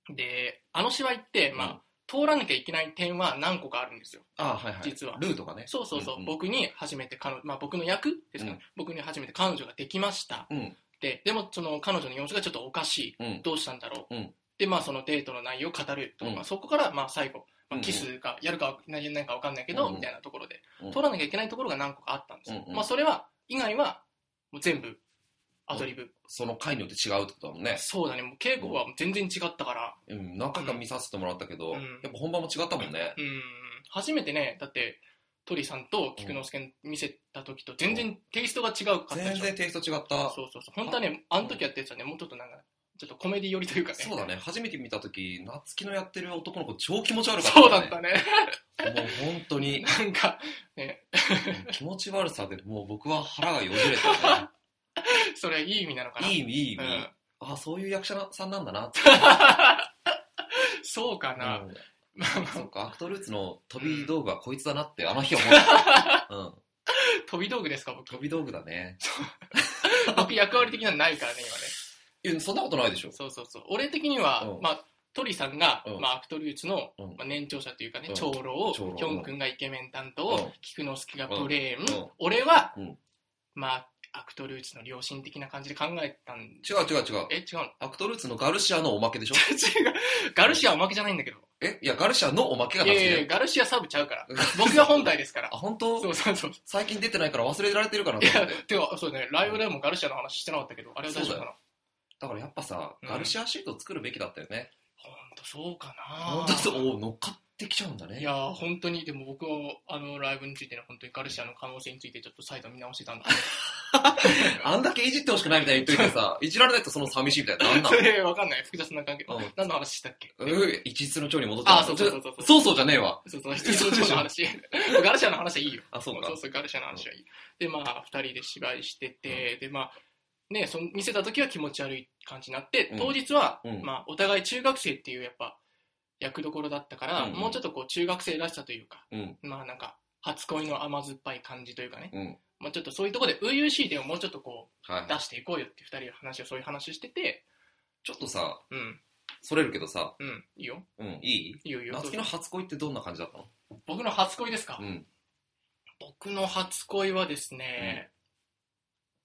[SPEAKER 2] うん。
[SPEAKER 1] で、あの芝居って、まあ、通らなきゃいけない点は何個かあるんですよ。
[SPEAKER 2] あはいはい。
[SPEAKER 1] 実は
[SPEAKER 2] ルートがね。
[SPEAKER 1] そうそうそう、
[SPEAKER 2] うんうん
[SPEAKER 1] 僕に初めて彼女、まあ僕の役ですかね、
[SPEAKER 2] うん
[SPEAKER 1] 僕に初めて彼女ができました。
[SPEAKER 2] うん
[SPEAKER 1] で、でもその彼女の様子がちょっとおかし
[SPEAKER 2] うん
[SPEAKER 1] い。。どうしたんだろう。
[SPEAKER 2] うん
[SPEAKER 1] で、まあそのデートの内容を語るとか、
[SPEAKER 2] うん
[SPEAKER 1] まあそこからまあ最後、まあ、
[SPEAKER 2] うんうん
[SPEAKER 1] キスか、やるかやらないかわかんないけど、
[SPEAKER 2] うんうん
[SPEAKER 1] みたいなところで、
[SPEAKER 2] うん
[SPEAKER 1] 通らなきゃいけないところが何個かあったんですよ。
[SPEAKER 2] うんうん
[SPEAKER 1] まあそれは、以外は、もう全部、アドリブ。
[SPEAKER 2] その回によって違うってことだもんね。
[SPEAKER 1] そうだね、もう稽古は全然違ったから、
[SPEAKER 2] うん、何回か見させてもらったけど、
[SPEAKER 1] うん
[SPEAKER 2] やっぱ本番も違ったもんね。
[SPEAKER 1] うん、初めてね、だって、鳥さんと菊之助に見せた時と全然テイストが違うかったで
[SPEAKER 2] 全
[SPEAKER 1] しょ。
[SPEAKER 2] 然テイスト違った。
[SPEAKER 1] そうそうそう。本当はね、あの時やったやつはね、もうちょっとなんか、ちょっとコメディ寄りというかね。
[SPEAKER 2] そうだね。初めて見た時夏希のやってる男の子超気持ち悪かった、ね。
[SPEAKER 1] そうだったね。
[SPEAKER 2] もう本 当に、
[SPEAKER 1] なんか、
[SPEAKER 2] うん気持ち悪さで、もう僕は腹がよじれた、
[SPEAKER 1] それいい意味なのかな。
[SPEAKER 2] ね。いい意味、いい意
[SPEAKER 1] う
[SPEAKER 2] 味。
[SPEAKER 1] ん、
[SPEAKER 2] あ、そういう役者さんなんだなって。
[SPEAKER 1] そうかな。
[SPEAKER 2] うん
[SPEAKER 1] まあま
[SPEAKER 2] そ
[SPEAKER 1] あ、
[SPEAKER 2] っか、アクトルーツの飛び道具はこいつだなって、あの日思った。うん。
[SPEAKER 1] 飛び道具ですか、僕
[SPEAKER 2] 飛。び道具だね。
[SPEAKER 1] 僕役割的なのないからね、今ね。
[SPEAKER 2] いや、そんなことないでしょ。
[SPEAKER 1] そうそうそう。俺的には、
[SPEAKER 2] うん
[SPEAKER 1] まあ、鳥さんが、
[SPEAKER 2] うん
[SPEAKER 1] まあ、アクトルーツの、
[SPEAKER 2] うん
[SPEAKER 1] まあ、年長者というかね、
[SPEAKER 2] うん
[SPEAKER 1] 長老を、ヒ
[SPEAKER 2] 長老
[SPEAKER 1] ョン君がイケメン担当、
[SPEAKER 2] うん
[SPEAKER 1] 菊之助がブレーン、
[SPEAKER 2] うん
[SPEAKER 1] 俺は、
[SPEAKER 2] うん
[SPEAKER 1] まあ、アクトルーツの良心的な感じで考えたん
[SPEAKER 2] 違う違う違う。
[SPEAKER 1] え、違うの
[SPEAKER 2] アクトルーツのガルシアのおまけでしょ
[SPEAKER 1] 違う。ガルシアおまけじゃないんだけど。
[SPEAKER 2] えいや、ガルシアのおまけが
[SPEAKER 1] い
[SPEAKER 2] な
[SPEAKER 1] や
[SPEAKER 2] く
[SPEAKER 1] いやいや
[SPEAKER 2] て。
[SPEAKER 1] ガルシアサブちゃうから。僕が本体ですから
[SPEAKER 2] あ、。本当
[SPEAKER 1] そうそう そう。
[SPEAKER 2] 最近出てないから忘れられてるかなと
[SPEAKER 1] い
[SPEAKER 2] 思
[SPEAKER 1] や
[SPEAKER 2] って。、
[SPEAKER 1] てか、そうね、ライブでもガルシアの話してなかったけど、あれは大丈夫かな。
[SPEAKER 2] だからやっぱさ、
[SPEAKER 1] うん
[SPEAKER 2] ガルシアシート作るべきだったよね。
[SPEAKER 1] ほんとそうかな
[SPEAKER 2] 本当そう、おー乗っかってきちゃうんだね。
[SPEAKER 1] いやー、本当に、でも僕は、あの、ライブについてね、本当にガルシアの可能性についてちょっと再度見直してたんだ
[SPEAKER 2] あんだけいじってほしくないみたいに言っといてさ、いじられないとその寂しいみたいな。 なんな
[SPEAKER 1] けど。いやいやわかんない。複雑な関係。
[SPEAKER 2] うん
[SPEAKER 1] 何の話したっけ
[SPEAKER 2] のうう一日の蝶に戻っちゃった
[SPEAKER 1] あそうそうそうそう
[SPEAKER 2] ちょそうそうじゃねえわ。
[SPEAKER 1] そうそう、
[SPEAKER 2] そうでしょ
[SPEAKER 1] 一の話。ガルシアの話はいいよ。
[SPEAKER 2] あ、そうか
[SPEAKER 1] そう。そう、ガルシアの話はいい。で、まあ、二人で芝居してて、で、まあ、ね、その見せた時は気持ち悪い感じになって
[SPEAKER 2] うん、
[SPEAKER 1] 当日は、
[SPEAKER 2] うん
[SPEAKER 1] まあ、お互い中学生っていう、やっぱ、役どころだったから、
[SPEAKER 2] うんうん
[SPEAKER 1] もうちょっとこう、中学生らしさというか、
[SPEAKER 2] うん。
[SPEAKER 1] まあ、なんか、初恋の甘酸っぱい感じというかね、
[SPEAKER 2] うん。
[SPEAKER 1] まあ、ちょっとそういうところで、初々しい点をもうちょっとこ
[SPEAKER 2] は
[SPEAKER 1] う、
[SPEAKER 2] い。
[SPEAKER 1] 出していこうよって二人の話を、そういう話をしてて、
[SPEAKER 2] ちょっとさ、
[SPEAKER 1] うん、
[SPEAKER 2] それるけどさ、
[SPEAKER 1] うん、いいよ、
[SPEAKER 2] うん、いい
[SPEAKER 1] いいよ、いいよ。
[SPEAKER 2] 夏
[SPEAKER 1] ど
[SPEAKER 2] 希の
[SPEAKER 1] うぞ
[SPEAKER 2] 初恋ってどんな感じだったの
[SPEAKER 1] 僕の初恋ですか、
[SPEAKER 2] うん。
[SPEAKER 1] 僕の初恋はですね、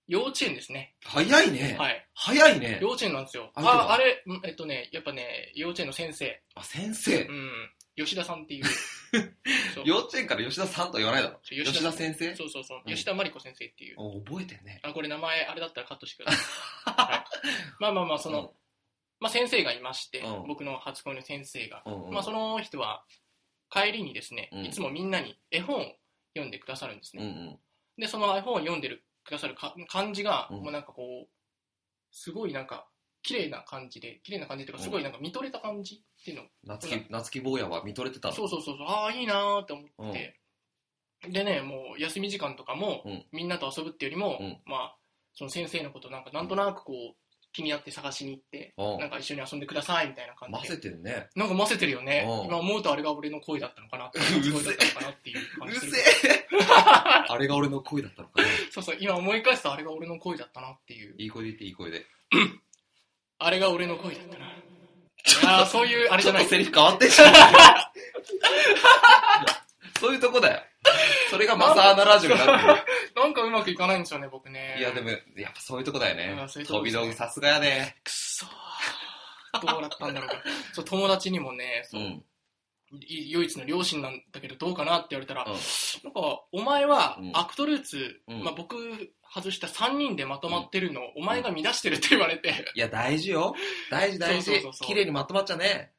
[SPEAKER 1] 幼稚園ですね。
[SPEAKER 2] 早いね。
[SPEAKER 1] はい。
[SPEAKER 2] 早いね
[SPEAKER 1] 幼。稚園なんですよ。
[SPEAKER 2] 相手は
[SPEAKER 1] あ、あれ、うんえっとね、やっぱね、幼稚園の先生。
[SPEAKER 2] あ、先
[SPEAKER 1] う
[SPEAKER 2] 生。
[SPEAKER 1] ん。吉田さんっていう。そう
[SPEAKER 2] 幼稚園から吉田さんとは言わないだろ。
[SPEAKER 1] そう
[SPEAKER 2] 吉田先生
[SPEAKER 1] そうそうそう。
[SPEAKER 2] うん
[SPEAKER 1] 吉田真理子先生っていう。
[SPEAKER 2] お覚えてるね。
[SPEAKER 1] あ、これ名前、あれだったらカットしてください。はい、まあまあまあ、その、まあ先生がいまして、
[SPEAKER 2] うん
[SPEAKER 1] 僕の初恋の先生が。
[SPEAKER 2] うん、うんうん。
[SPEAKER 1] まあその人は、帰りにですね、
[SPEAKER 2] うん
[SPEAKER 1] いつもみんなに絵本を読んでくださるんですね
[SPEAKER 2] うん。うん。
[SPEAKER 1] で、その絵本を読んでるくださるか感じが、
[SPEAKER 2] うん
[SPEAKER 1] もうなんかこう、すごいなんか、綺麗な感じで、綺麗な感じというか、すごいなんか見とれた感じっていうの。
[SPEAKER 2] 夏希、夏希坊やは見とれてたの
[SPEAKER 1] そうそうそうそう、ああ、いいなーって思って。でね、もう休み時間とかも、
[SPEAKER 2] うん
[SPEAKER 1] みんなと遊ぶってよりも、
[SPEAKER 2] うん
[SPEAKER 1] まあ、その先生のことなんかなんとなくこう、気になって探しに行って、
[SPEAKER 2] うん
[SPEAKER 1] なんか一緒に遊んでくださいみたいな感
[SPEAKER 2] 混
[SPEAKER 1] じ
[SPEAKER 2] ぜ
[SPEAKER 1] で。
[SPEAKER 2] てるね。
[SPEAKER 1] なんか混ぜてるよね
[SPEAKER 2] う。ん
[SPEAKER 1] 今思うとあれが俺の恋だったのかな。
[SPEAKER 2] うぜ
[SPEAKER 1] 恋だったのかなっていう
[SPEAKER 2] う
[SPEAKER 1] 感
[SPEAKER 2] る
[SPEAKER 1] じす
[SPEAKER 2] せ
[SPEAKER 1] る。
[SPEAKER 2] え あれが俺の恋だったのかな。
[SPEAKER 1] そうそう、今思い返すとあれが俺の恋だったなっていう。
[SPEAKER 2] いい声で言っていい声で。
[SPEAKER 1] あれが俺の恋だったな。ああ、そういう、あれ
[SPEAKER 2] ち
[SPEAKER 1] じ
[SPEAKER 2] ょ
[SPEAKER 1] ゃ
[SPEAKER 2] っ
[SPEAKER 1] な
[SPEAKER 2] と
[SPEAKER 1] い。
[SPEAKER 2] セリフ変わってんじゃん。 そういうとこだよ。それがマサアナラジオになってる。
[SPEAKER 1] なんかうまくいかないんですよね、僕ね。
[SPEAKER 2] いやでも、やっぱそういうとこだよね
[SPEAKER 1] うん。そういうとこで
[SPEAKER 2] 飛び
[SPEAKER 1] すね
[SPEAKER 2] 道具さすがやね。
[SPEAKER 1] くそー。どうだったんだろうか。そう、友達にもね、
[SPEAKER 2] う
[SPEAKER 1] そう、
[SPEAKER 2] ん。
[SPEAKER 1] い唯一の両親なんだけどどうかなって言われたら、
[SPEAKER 2] うん
[SPEAKER 1] なんか、お前は
[SPEAKER 2] うん
[SPEAKER 1] アクトルーツ、
[SPEAKER 2] うん
[SPEAKER 1] まあ僕外した3人でまとまってるのをお前が乱してるって言われて、
[SPEAKER 2] いや、大事よ。大事大事
[SPEAKER 1] そうそうそう。そう
[SPEAKER 2] 綺麗にまとまっちゃね。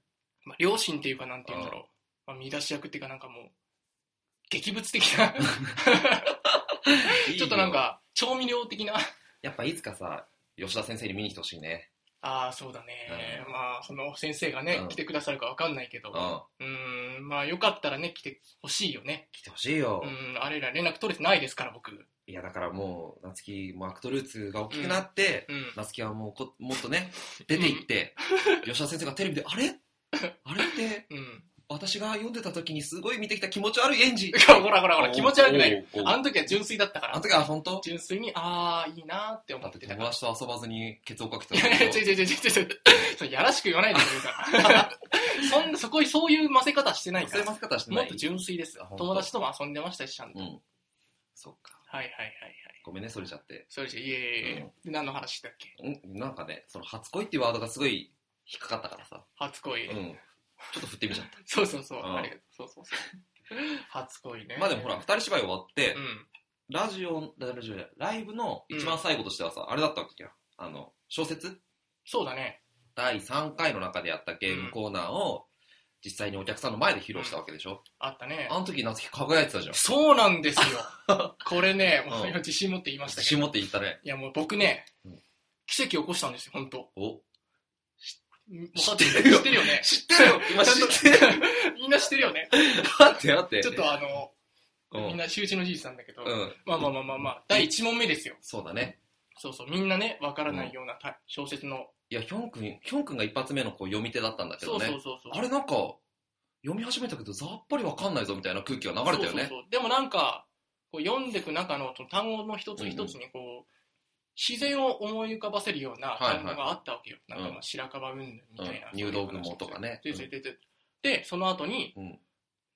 [SPEAKER 1] まあ両親っていうかなんて言うんだろう。まあ乱し役っていうかなんかもう、劇物的な、 ちょっとなん
[SPEAKER 2] いいよ。
[SPEAKER 1] か、調味料的な。
[SPEAKER 2] やっぱいつかさ、吉田先生に見に来てほしいね。
[SPEAKER 1] ああ、そうだね。
[SPEAKER 2] う
[SPEAKER 1] まあ、その先生がね、
[SPEAKER 2] うん
[SPEAKER 1] 来てくださるかわかんないけど
[SPEAKER 2] う、ん。
[SPEAKER 1] うーん、まあよかったらね、来てほしいよね。
[SPEAKER 2] 来てほしいよ
[SPEAKER 1] う。ん、あれら連絡取れてないですから、僕。う
[SPEAKER 2] いや、だからもう、夏希、もうアクトルーツが大きくなって、
[SPEAKER 1] ん。
[SPEAKER 2] 夏希はもうこ、もっとね、出て行って、吉田先生がテレビで、あれあれって、
[SPEAKER 1] うん。
[SPEAKER 2] 私が読んでた時にすごい見てきた気持ち悪い演技。
[SPEAKER 1] ほ らほらほら、気持ち悪くない。。
[SPEAKER 2] おうおう
[SPEAKER 1] あの時は純粋だったか
[SPEAKER 2] あの
[SPEAKER 1] ら。
[SPEAKER 2] 時は本当
[SPEAKER 1] 純粋に、ああ、いいなーって思
[SPEAKER 2] だ
[SPEAKER 1] っ
[SPEAKER 2] って
[SPEAKER 1] てた
[SPEAKER 2] 友
[SPEAKER 1] から。
[SPEAKER 2] 達と遊ばずにケツをかけて
[SPEAKER 1] い
[SPEAKER 2] た
[SPEAKER 1] やいや、
[SPEAKER 2] ん
[SPEAKER 1] ち
[SPEAKER 2] だ
[SPEAKER 1] ょい
[SPEAKER 2] よ
[SPEAKER 1] ちょいちょいちょい。そう やらしく言わないでくれるから。 そんな、そこ、そういう混ぜ方してないか
[SPEAKER 2] そう
[SPEAKER 1] ら
[SPEAKER 2] いう。混ぜ方して
[SPEAKER 1] も
[SPEAKER 2] な
[SPEAKER 1] っ
[SPEAKER 2] い
[SPEAKER 1] と純粋です
[SPEAKER 2] あ。本当
[SPEAKER 1] 友達とも遊んでましたし、ちゃんと。
[SPEAKER 2] う
[SPEAKER 1] はい
[SPEAKER 2] ん。そっか。
[SPEAKER 1] はいはいはい。
[SPEAKER 2] ごめんね、それちゃって。
[SPEAKER 1] それじゃ、いえいえいえ。で何の話だっけ
[SPEAKER 2] んなんかね、その初恋っていうワードがすごい引っかかったからさ。
[SPEAKER 1] 初
[SPEAKER 2] う
[SPEAKER 1] 恋。
[SPEAKER 2] ん。ちょっと振ってみちゃっ
[SPEAKER 1] そうそうそう。
[SPEAKER 2] うん
[SPEAKER 1] ありがとう。そうそうそう。初恋ね。
[SPEAKER 2] た。まあでもほら、二人芝居終わって、
[SPEAKER 1] うん。
[SPEAKER 2] ラジオ、ラジオじゃないライブの一番最後としてはさ、あれだったわけよ。あの、小説
[SPEAKER 1] そうだね。
[SPEAKER 2] 第3回の中でやったゲームコーナーを、実際にお客さんの前で披露したわけでしょ。
[SPEAKER 1] あったね。
[SPEAKER 2] あの時、夏希輝いてたじゃん。
[SPEAKER 1] そうなんですよ。これね、もう
[SPEAKER 2] うん
[SPEAKER 1] 自信持って言いました
[SPEAKER 2] 自
[SPEAKER 1] けど。
[SPEAKER 2] 信持って言ったね。
[SPEAKER 1] いやもう僕ね
[SPEAKER 2] うん、
[SPEAKER 1] 奇跡起こしたんですよ、本当
[SPEAKER 2] お
[SPEAKER 1] 知
[SPEAKER 2] ってるよ
[SPEAKER 1] 知ってるよね。
[SPEAKER 2] 知ってるよ今
[SPEAKER 1] ち
[SPEAKER 2] 知
[SPEAKER 1] ゃんと
[SPEAKER 2] ってる
[SPEAKER 1] みんな知ってるよ ね。
[SPEAKER 2] 待って待って。
[SPEAKER 1] ちょっとあの、
[SPEAKER 2] うん、
[SPEAKER 1] みんな周知の事実なんだけど、
[SPEAKER 2] うん。
[SPEAKER 1] まあまあまあまあまあ、第1問目ですよ。
[SPEAKER 2] そうだね。
[SPEAKER 1] そうそう、みんなね、わからないようなた小説の。
[SPEAKER 2] いや、ヒョン君、ヒョン君が一発目のこう読み手だったんだけ
[SPEAKER 1] そ
[SPEAKER 2] ど
[SPEAKER 1] う
[SPEAKER 2] ね。
[SPEAKER 1] そうそうそう。
[SPEAKER 2] あれなんか、読み始めたけど、ざっぱりわかんないぞみたいな空気が流れたよね
[SPEAKER 1] そう。そうそうでもなんか、こう読んでいく中のその単語の一つ一つにこう、自然を思い浮かばせるような単語があったわけよ。
[SPEAKER 2] はいはい
[SPEAKER 1] なんかまあ白樺云々みたいな。
[SPEAKER 2] うん入道雲とかね
[SPEAKER 1] そういう話ですよ。で、で、で、でその後に、
[SPEAKER 2] うん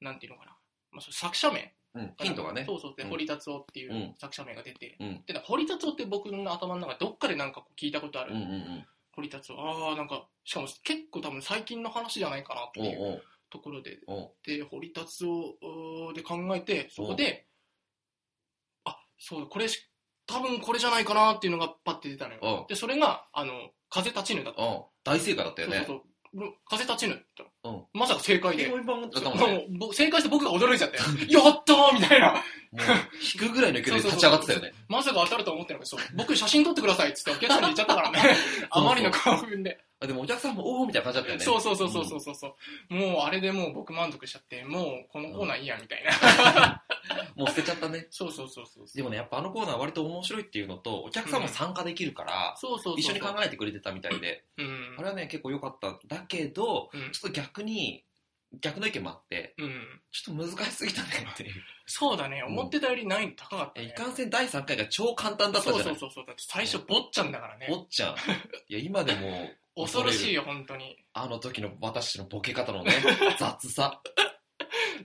[SPEAKER 1] なんていうのかな。まあ、その作者名
[SPEAKER 2] うん、ヒントがね。
[SPEAKER 1] そうそう。で、
[SPEAKER 2] うん
[SPEAKER 1] 堀達夫っていううん作者名が出て。
[SPEAKER 2] うん
[SPEAKER 1] で、堀達夫って僕の頭の中どっかでなんかこう聞いたことあ
[SPEAKER 2] う
[SPEAKER 1] る。
[SPEAKER 2] んうんうん。
[SPEAKER 1] 堀達夫。ああ、なんか、しかも結構多分最近の話じゃないかなって
[SPEAKER 2] お
[SPEAKER 1] いう
[SPEAKER 2] う
[SPEAKER 1] ところで、
[SPEAKER 2] おうおう
[SPEAKER 1] で堀達夫うーで考えてそこで、あそうこれし多分これじゃないかなっていうのがパッて出たのよ、
[SPEAKER 2] うん
[SPEAKER 1] でそれがあの風立ちぬだった、
[SPEAKER 2] おう大正解だったよ
[SPEAKER 1] そうそう
[SPEAKER 2] ね。
[SPEAKER 1] そううん風立ちぬって言ったら
[SPEAKER 2] うん
[SPEAKER 1] まさか正解で、
[SPEAKER 2] 黄色い番組だったもんね。
[SPEAKER 1] もうぼ正解して僕が驚いちゃってやったーみたいな
[SPEAKER 2] もう、引くぐらいの勢いで立ち上がってたよね。
[SPEAKER 1] まさか当たると思ってなかったそう僕写真撮ってくださいっつってお客さんに言っちゃった からねあまりの興奮で
[SPEAKER 2] あでもお客さんも、おおみたいな感じだったよね。
[SPEAKER 1] そうそうそうそうそうそうそう、もうあれでもう僕満足しちゃってもうこのコーナーいいやみたいな、
[SPEAKER 2] もう捨てちゃったね。
[SPEAKER 1] そうそうそうそうそう
[SPEAKER 2] でもね、やっぱあのコーナー割と面白いっていうのと、お客さんも参加できるから、
[SPEAKER 1] そうそうそう
[SPEAKER 2] 一緒に考えてくれてたみたいで、
[SPEAKER 1] うん
[SPEAKER 2] あれはね、結構良かった。だけど、
[SPEAKER 1] うん
[SPEAKER 2] ちょっと逆に、逆の意見もあって、
[SPEAKER 1] うん
[SPEAKER 2] ちょっと難しすぎたねって いう。
[SPEAKER 1] そうだね、
[SPEAKER 2] うん
[SPEAKER 1] 思ってたより難易度高かっ
[SPEAKER 2] い
[SPEAKER 1] た、
[SPEAKER 2] や
[SPEAKER 1] ね。
[SPEAKER 2] いかんせん第3回が超簡単だったじゃ
[SPEAKER 1] そ
[SPEAKER 2] な
[SPEAKER 1] う
[SPEAKER 2] い
[SPEAKER 1] そうそうそう。だって最初、坊っちゃんだからね。
[SPEAKER 2] おっ ちゃん。いや、今でも、
[SPEAKER 1] 恐ろしい
[SPEAKER 2] い。
[SPEAKER 1] よ、本当に。
[SPEAKER 2] あの時の私のボケ方 のね、雑さ。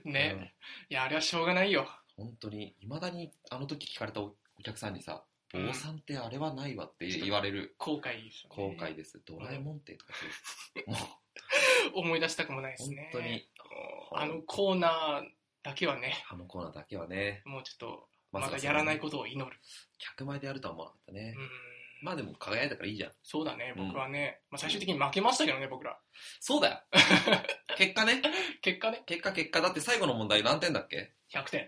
[SPEAKER 1] ね。いや、あれはしょうがないよ。
[SPEAKER 2] うん。本当に、いまだにあの時聞かれたお客さんにさ、坊さんってあれはないわって言われる
[SPEAKER 1] 後悔です、ね。
[SPEAKER 2] 後悔。です。ドラえもんってとか言っても
[SPEAKER 1] 思い出したくもないです
[SPEAKER 2] う、
[SPEAKER 1] ね。
[SPEAKER 2] 本当に、
[SPEAKER 1] あのコーナーだけはね、
[SPEAKER 2] あのコーナーだけはね、
[SPEAKER 1] もうちょっと、
[SPEAKER 2] ま
[SPEAKER 1] ま
[SPEAKER 2] さ
[SPEAKER 1] だ
[SPEAKER 2] か
[SPEAKER 1] やらないことを祈る。
[SPEAKER 2] 客前でやるとは思わなかったね
[SPEAKER 1] う。ん。
[SPEAKER 2] まあでも輝いたからいいじゃん。
[SPEAKER 1] そうだね、
[SPEAKER 2] うん
[SPEAKER 1] 僕はね、まあ最終的に負けましたけどね、僕ら。
[SPEAKER 2] そうだよ。 結果ね。
[SPEAKER 1] 結果ね、
[SPEAKER 2] 結果結果。だって最後の問題何点だっけ
[SPEAKER 1] 100点。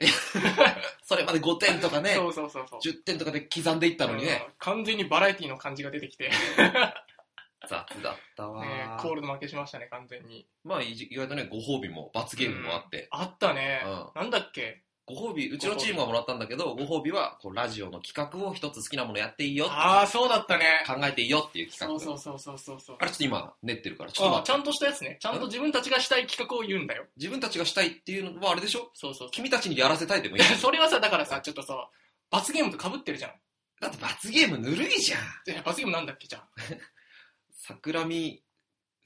[SPEAKER 2] それまで5点とかね、
[SPEAKER 1] そうそうそうそう。
[SPEAKER 2] 10点とかで刻んでいったのにね。
[SPEAKER 1] うん完全にバラエティの感じが出てきて、ね、
[SPEAKER 2] 雑だったわ、
[SPEAKER 1] コールド負けしましたね、完全に。
[SPEAKER 2] まあいじ意外とね、ご褒美も罰ゲームもあって。
[SPEAKER 1] あったね。
[SPEAKER 2] う
[SPEAKER 1] なんだっけ
[SPEAKER 2] ご褒美、うちのチームはもらったんだけど、ご褒美は、こう、ラジオの企画を一つ好きなものやっていいよって
[SPEAKER 1] ああ、そうだったね。
[SPEAKER 2] 考えていいよっていう企
[SPEAKER 1] そ
[SPEAKER 2] 画。
[SPEAKER 1] うそうそうそうそうそう
[SPEAKER 2] あ。れちょっと今、練ってるから、ちょっと
[SPEAKER 1] あ
[SPEAKER 2] 待
[SPEAKER 1] ち
[SPEAKER 2] って
[SPEAKER 1] ゃんとしたやつね。ちゃんと自分たちがしたい企画を言うんだよ。
[SPEAKER 2] 自分たちがしたいっていうのはあれでしょ
[SPEAKER 1] そうそうそう。
[SPEAKER 2] 君たちにやらせたいでもい
[SPEAKER 1] い
[SPEAKER 2] い
[SPEAKER 1] や。 それはさ、だからさ、ちょっとさ、罰ゲームと被ってるじゃん。
[SPEAKER 2] だって罰ゲームぬるいじゃん。
[SPEAKER 1] え罰ゲームなんだっけじゃん。
[SPEAKER 2] 桜見、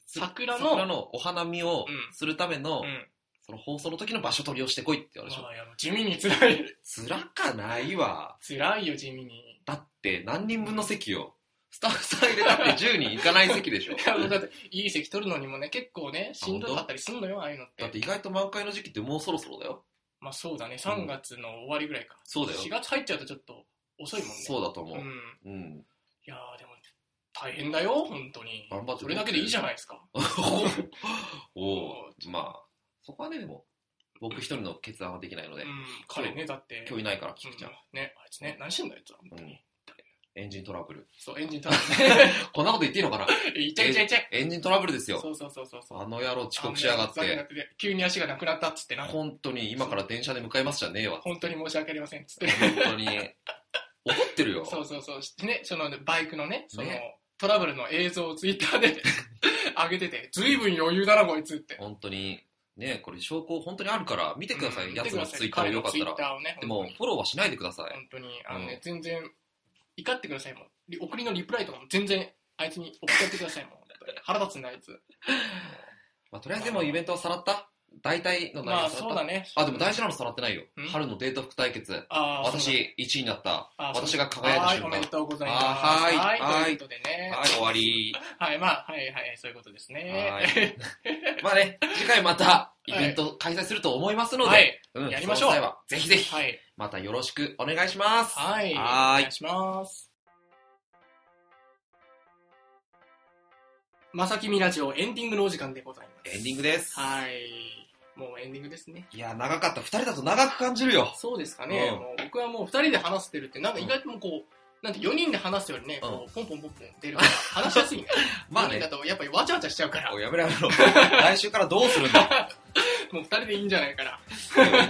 [SPEAKER 2] す
[SPEAKER 1] 桜の、
[SPEAKER 2] 桜のお花見を
[SPEAKER 1] うん
[SPEAKER 2] するための
[SPEAKER 1] う、ん。
[SPEAKER 2] その放送の時の場所取りをしてこいって言われでしょ
[SPEAKER 1] まあいや地味に辛い。
[SPEAKER 2] 辛かないわ。
[SPEAKER 1] 辛いよ、地味に。
[SPEAKER 2] だって何人分の席を、スタッフさん入れたって10人いかない席でしょ
[SPEAKER 1] い。やだって、いい席取るのにもね、結構ね、しんどかったりすんのよ、ああいうのって。
[SPEAKER 2] だって意外と満開の時期ってもうそろそろだよ。
[SPEAKER 1] まあそうだね、3月の終わりぐらいか。
[SPEAKER 2] そうだよ
[SPEAKER 1] 4月入っちゃうとちょっと遅いもんね。
[SPEAKER 2] そうだと思う。
[SPEAKER 1] ん。
[SPEAKER 2] うん。
[SPEAKER 1] いやー、でも、大変だよ、本当に。
[SPEAKER 2] 頑張って
[SPEAKER 1] それだけでいいじ ゃないですか。
[SPEAKER 2] おおまあ、そこはね、でも、僕一人の決断はできないので
[SPEAKER 1] う、ん、彼ね、だって。
[SPEAKER 2] 今日いないから、菊ちゃん
[SPEAKER 1] う。んね、あいつね、何してんだよ、あいつは、本当に。
[SPEAKER 2] エンジントラブル。
[SPEAKER 1] そう、エンジンタ ーン。
[SPEAKER 2] こんなこと言っていいのかな
[SPEAKER 1] いちゃいちゃいちゃい。
[SPEAKER 2] エンジントラブルですよ。
[SPEAKER 1] そうそうそうそうそう。
[SPEAKER 2] あの野郎遅刻しやがっ
[SPEAKER 1] あんなやつだけ
[SPEAKER 2] て、
[SPEAKER 1] なく。急に足がなくなったっつってな。
[SPEAKER 2] 本当に今から電車で向かいますじゃねえわ。
[SPEAKER 1] 本当に申し訳ありませんっつって。
[SPEAKER 2] 本当に。怒ってるよ。
[SPEAKER 1] そうそうそう。してね、そのバイクのね、その
[SPEAKER 2] ね
[SPEAKER 1] トラブルの映像をツイッター で上げてて、ずいぶん余裕だな、こいつって。
[SPEAKER 2] 本当に。ねこれ証拠本当にあるから、見てください。
[SPEAKER 1] うん
[SPEAKER 2] やつの
[SPEAKER 1] 見てください
[SPEAKER 2] ツイッターをよかっ
[SPEAKER 1] 彼
[SPEAKER 2] た
[SPEAKER 1] のツイッタ
[SPEAKER 2] ら。
[SPEAKER 1] ーをね、
[SPEAKER 2] でも、フォローはしないでください。
[SPEAKER 1] 本当に、あのね、全然、怒ってくださいもん。り送りのリプライとかも全然、あいつに送ってやってくださいもん。本当に腹立つんだ、あいつ。
[SPEAKER 2] まあ、とりあえずでもイベントはさらった大体の内容
[SPEAKER 1] まあ、
[SPEAKER 2] さ
[SPEAKER 1] そう
[SPEAKER 2] らった、
[SPEAKER 1] だね。
[SPEAKER 2] あ、でも大事なのさらってないよ
[SPEAKER 1] ん。
[SPEAKER 2] 春のデート副対決。
[SPEAKER 1] あー、そうだね
[SPEAKER 2] 私1位になった。
[SPEAKER 1] あそう
[SPEAKER 2] 私が輝いた瞬
[SPEAKER 1] は
[SPEAKER 2] 間。
[SPEAKER 1] い、おめでとうございます。
[SPEAKER 2] あーはい
[SPEAKER 1] は、
[SPEAKER 2] はいい
[SPEAKER 1] ということでね。
[SPEAKER 2] はい、終わり。
[SPEAKER 1] はい、まあ、はい、はい、そういうことですね。
[SPEAKER 2] はい。まあね、次回またイベント開催すると思いますので、
[SPEAKER 1] はい、
[SPEAKER 2] うん、
[SPEAKER 1] やりましょう
[SPEAKER 2] その際はぜひぜひ、
[SPEAKER 1] はい、
[SPEAKER 2] またよろしくお願いします。
[SPEAKER 1] はい、
[SPEAKER 2] はーい
[SPEAKER 1] お願いします。まさきみラジオエンディングのお時間でございます。
[SPEAKER 2] エンディングです。
[SPEAKER 1] はい。もうエンディングですね。
[SPEAKER 2] いや、長かった。二人だと長く感じるよ。
[SPEAKER 1] そうですかね。
[SPEAKER 2] うん
[SPEAKER 1] もう僕はもう二人で話してるって、なんか意外ともうこう、なんて4人で話すよりね、こうポンポンポンポン出るから、話しやすい ね。
[SPEAKER 2] まあ
[SPEAKER 1] 4
[SPEAKER 2] ね
[SPEAKER 1] 人、だとやっぱりわちゃわちゃしちゃうから、
[SPEAKER 2] お
[SPEAKER 1] も
[SPEAKER 2] いやめろやめ ろ。来週からどうする んだ
[SPEAKER 1] う二人でいいんじゃないかな。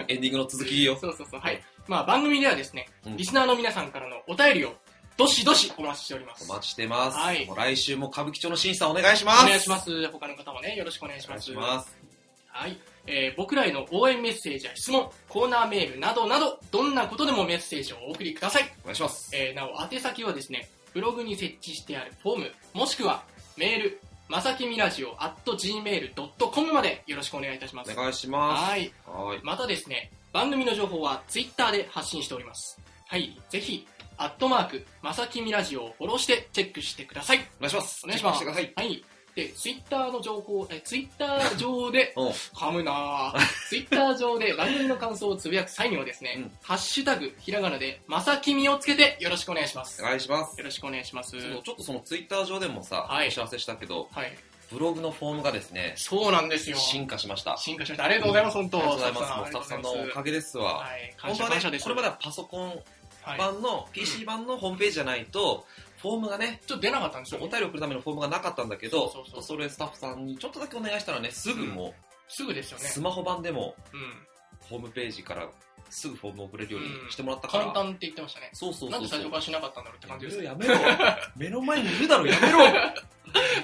[SPEAKER 2] エンディングの続きいいよ。
[SPEAKER 1] そうそうそう。はい。まあ番組ではですね、
[SPEAKER 2] うん
[SPEAKER 1] リスナーの皆さんからのお便りを、どしどしお待ちしております。
[SPEAKER 2] お待ちしてます。
[SPEAKER 1] はい
[SPEAKER 2] もう来週も歌舞伎町の審査お願いします。
[SPEAKER 1] お願いします。他の方もね、よろしくお願いし
[SPEAKER 2] お願
[SPEAKER 1] ま
[SPEAKER 2] い
[SPEAKER 1] す。
[SPEAKER 2] します。
[SPEAKER 1] はい。えー僕らへの応援メッセージや質問、コーナーメールなどなど、どんなことでもメッセージをお送りください。
[SPEAKER 2] お願いします。
[SPEAKER 1] えーなお、宛先はですね、ブログに設置してあるフォーム、もしくはメール、まさきみラジオ at gmail.com までよろしくお願いいたします。
[SPEAKER 2] お願いしま
[SPEAKER 1] はい。
[SPEAKER 2] す。はい。
[SPEAKER 1] またですね、番組の情報はツイッターで発信しております。はい、ぜひ、アットマーク、まさきみラジオをフォローしてチェックしてください。
[SPEAKER 2] お願いします。
[SPEAKER 1] お願いします
[SPEAKER 2] チェックして
[SPEAKER 1] はい。で、ツイッターの情報、え、ツイッター上で
[SPEAKER 2] く、ださい。
[SPEAKER 1] 噛
[SPEAKER 2] うん。
[SPEAKER 1] むなぁ。 ツイッター上で番組の感想をつぶやく際にはですね、
[SPEAKER 2] うん
[SPEAKER 1] ハッシュタグ、ひらがなで、まさきみをつけてよろしくお願いします。
[SPEAKER 2] お
[SPEAKER 1] よ
[SPEAKER 2] 願いします。
[SPEAKER 1] ろしくお願いします。
[SPEAKER 2] そのちょっとそのツイッター上でもさ、
[SPEAKER 1] はい
[SPEAKER 2] お知らせしたけど、
[SPEAKER 1] はい。
[SPEAKER 2] ブログのフォームがですね、
[SPEAKER 1] そうなんですよ。
[SPEAKER 2] 進化しました。あ
[SPEAKER 1] 進化しました。ありがとうございます、本当
[SPEAKER 2] りがとうございます。もう
[SPEAKER 1] ス
[SPEAKER 2] ス
[SPEAKER 1] タ
[SPEAKER 2] タ
[SPEAKER 1] ッ
[SPEAKER 2] ッ
[SPEAKER 1] フ
[SPEAKER 2] フ
[SPEAKER 1] さ
[SPEAKER 2] さ
[SPEAKER 1] んあ
[SPEAKER 2] ん
[SPEAKER 1] りがとう
[SPEAKER 2] の
[SPEAKER 1] ござい
[SPEAKER 2] お
[SPEAKER 1] ます
[SPEAKER 2] かげですわ。
[SPEAKER 1] はい。感
[SPEAKER 2] 本当
[SPEAKER 1] 謝
[SPEAKER 2] はね
[SPEAKER 1] 感謝で、す。
[SPEAKER 2] これまではパソコン
[SPEAKER 1] はい、
[SPEAKER 2] 版の PC 版のホームページじゃないと、フォームがね、
[SPEAKER 1] ちょっと出なかったんです
[SPEAKER 2] お
[SPEAKER 1] よ、ね
[SPEAKER 2] 便。りを送るためのフォームがなかったんだけ
[SPEAKER 1] そ
[SPEAKER 2] ど、
[SPEAKER 1] うそうそう
[SPEAKER 2] それスタッフさんにちょっとだけお願いしたらね、すぐも
[SPEAKER 1] すぐですよ
[SPEAKER 2] う、
[SPEAKER 1] ね。
[SPEAKER 2] スマホ版でも
[SPEAKER 1] うん。
[SPEAKER 2] ホームページからすぐフォームを送れるよう
[SPEAKER 1] うん
[SPEAKER 2] にしてもらったから、
[SPEAKER 1] 簡単って言ってましたね。
[SPEAKER 2] そうそうそうそう。
[SPEAKER 1] なんで最初からしなかったんだろうって
[SPEAKER 2] や
[SPEAKER 1] 感じ
[SPEAKER 2] め
[SPEAKER 1] で
[SPEAKER 2] ろ
[SPEAKER 1] す。
[SPEAKER 2] やめろ目の前にいるだろやめろ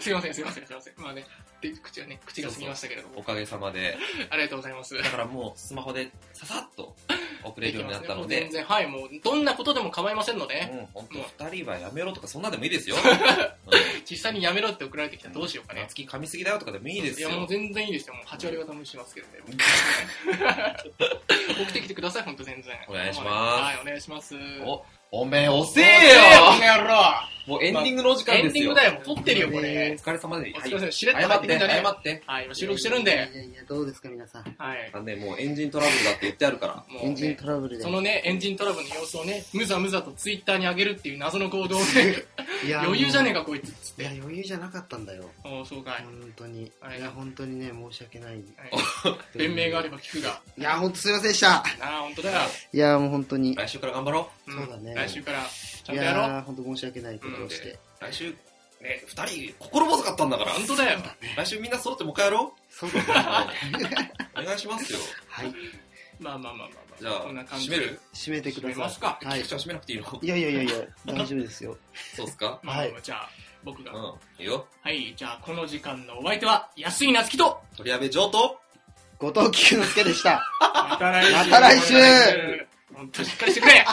[SPEAKER 1] すいません、すいません、すいません。まあね、で口がね、口が過ぎ ましたけれども、
[SPEAKER 2] おかげさまで
[SPEAKER 1] ありがとうございます。
[SPEAKER 2] だからもうスマホでささっと送れるようになったの
[SPEAKER 1] でき
[SPEAKER 2] で
[SPEAKER 1] ますねもう全然、はい、もう、どんなことでも構いませんのでね、
[SPEAKER 2] うん本当2人はやめろとかそんなでもい いですよ、
[SPEAKER 1] 実際にやめろって送られてきたらどうしようか
[SPEAKER 2] うん、
[SPEAKER 1] ね。
[SPEAKER 2] 夏希噛みすぎだよとかでもいいですよ
[SPEAKER 1] や、もう全然いいですよ。もう8割方無視しますけどね。送ってきてください、ほんと全然。
[SPEAKER 2] お願いします
[SPEAKER 1] はい、お願いします。
[SPEAKER 2] おおめえ遅えよ
[SPEAKER 1] おせえよこの野郎
[SPEAKER 2] もうエンディングのお時間
[SPEAKER 1] エ
[SPEAKER 2] で
[SPEAKER 1] ンデ
[SPEAKER 2] す
[SPEAKER 1] ィン
[SPEAKER 2] よ
[SPEAKER 1] グだよ、もう撮ってるよ、こ
[SPEAKER 2] お
[SPEAKER 1] れ。
[SPEAKER 2] 疲れ様で
[SPEAKER 1] お
[SPEAKER 2] は
[SPEAKER 1] 疲
[SPEAKER 2] い
[SPEAKER 1] れ様ですしれっと
[SPEAKER 2] 謝
[SPEAKER 1] 入っ
[SPEAKER 2] ってて
[SPEAKER 1] くんじゃねえ
[SPEAKER 2] 謝
[SPEAKER 1] よ。
[SPEAKER 2] って
[SPEAKER 1] はい、今収録してるんで
[SPEAKER 3] い。やいやいや、どうですか、皆さん。
[SPEAKER 1] はい。
[SPEAKER 2] あのねもうエンジントラブルだって言ってあるから
[SPEAKER 1] もう
[SPEAKER 3] エンジン
[SPEAKER 1] ね、
[SPEAKER 3] トラブルで。
[SPEAKER 1] そのね、エンジントラブルの様子をね、むざむざとツイッターに上げるっていう謎の行動で、
[SPEAKER 3] いや
[SPEAKER 1] 余裕じゃねえか、こいつっつっ
[SPEAKER 3] いや
[SPEAKER 1] て。、
[SPEAKER 3] 余裕じゃなかったんだよ。
[SPEAKER 1] おうそうかい。
[SPEAKER 3] 本当に。い
[SPEAKER 1] あれだ
[SPEAKER 3] や、本当にね、申し訳ない。
[SPEAKER 1] はい弁明があれば聞くが。
[SPEAKER 3] いや、本当すいませんでした。
[SPEAKER 1] なあ、本当だよ。
[SPEAKER 3] いや、もう本当に。
[SPEAKER 2] 来週から頑張ろ
[SPEAKER 1] ん
[SPEAKER 3] そうだね
[SPEAKER 1] 来週から、ちゃ
[SPEAKER 3] い
[SPEAKER 1] んとやろう。
[SPEAKER 3] や、本当申し訳ないことをして。
[SPEAKER 2] う来週ね2人心細かったんだから
[SPEAKER 1] 本当だよ。
[SPEAKER 2] 来週みんな揃ってもう一回やろう
[SPEAKER 3] そうだね。
[SPEAKER 2] お願いしますよ。
[SPEAKER 3] はい。
[SPEAKER 1] まあまあまあまあ、まあ、
[SPEAKER 2] じゃあ
[SPEAKER 1] こんな感じ
[SPEAKER 2] 閉
[SPEAKER 1] で
[SPEAKER 2] める
[SPEAKER 3] 締めてく
[SPEAKER 1] 閉
[SPEAKER 3] だ
[SPEAKER 1] め
[SPEAKER 3] さ
[SPEAKER 1] ますか
[SPEAKER 3] い。はい
[SPEAKER 2] 菊。ちゃん閉めなくていいの
[SPEAKER 3] いやいやいやいや、大丈夫ですよ。
[SPEAKER 2] そうっすか
[SPEAKER 1] まあまあまあ
[SPEAKER 3] は
[SPEAKER 1] じゃあ僕が、
[SPEAKER 2] うん。いいよ。
[SPEAKER 1] はいじゃあこの時間のお相手は安井夏樹と
[SPEAKER 2] 鳥矢部城と
[SPEAKER 3] 後藤菊之助でした。
[SPEAKER 1] また来週
[SPEAKER 3] また来週
[SPEAKER 1] 本当しっかりしてくれ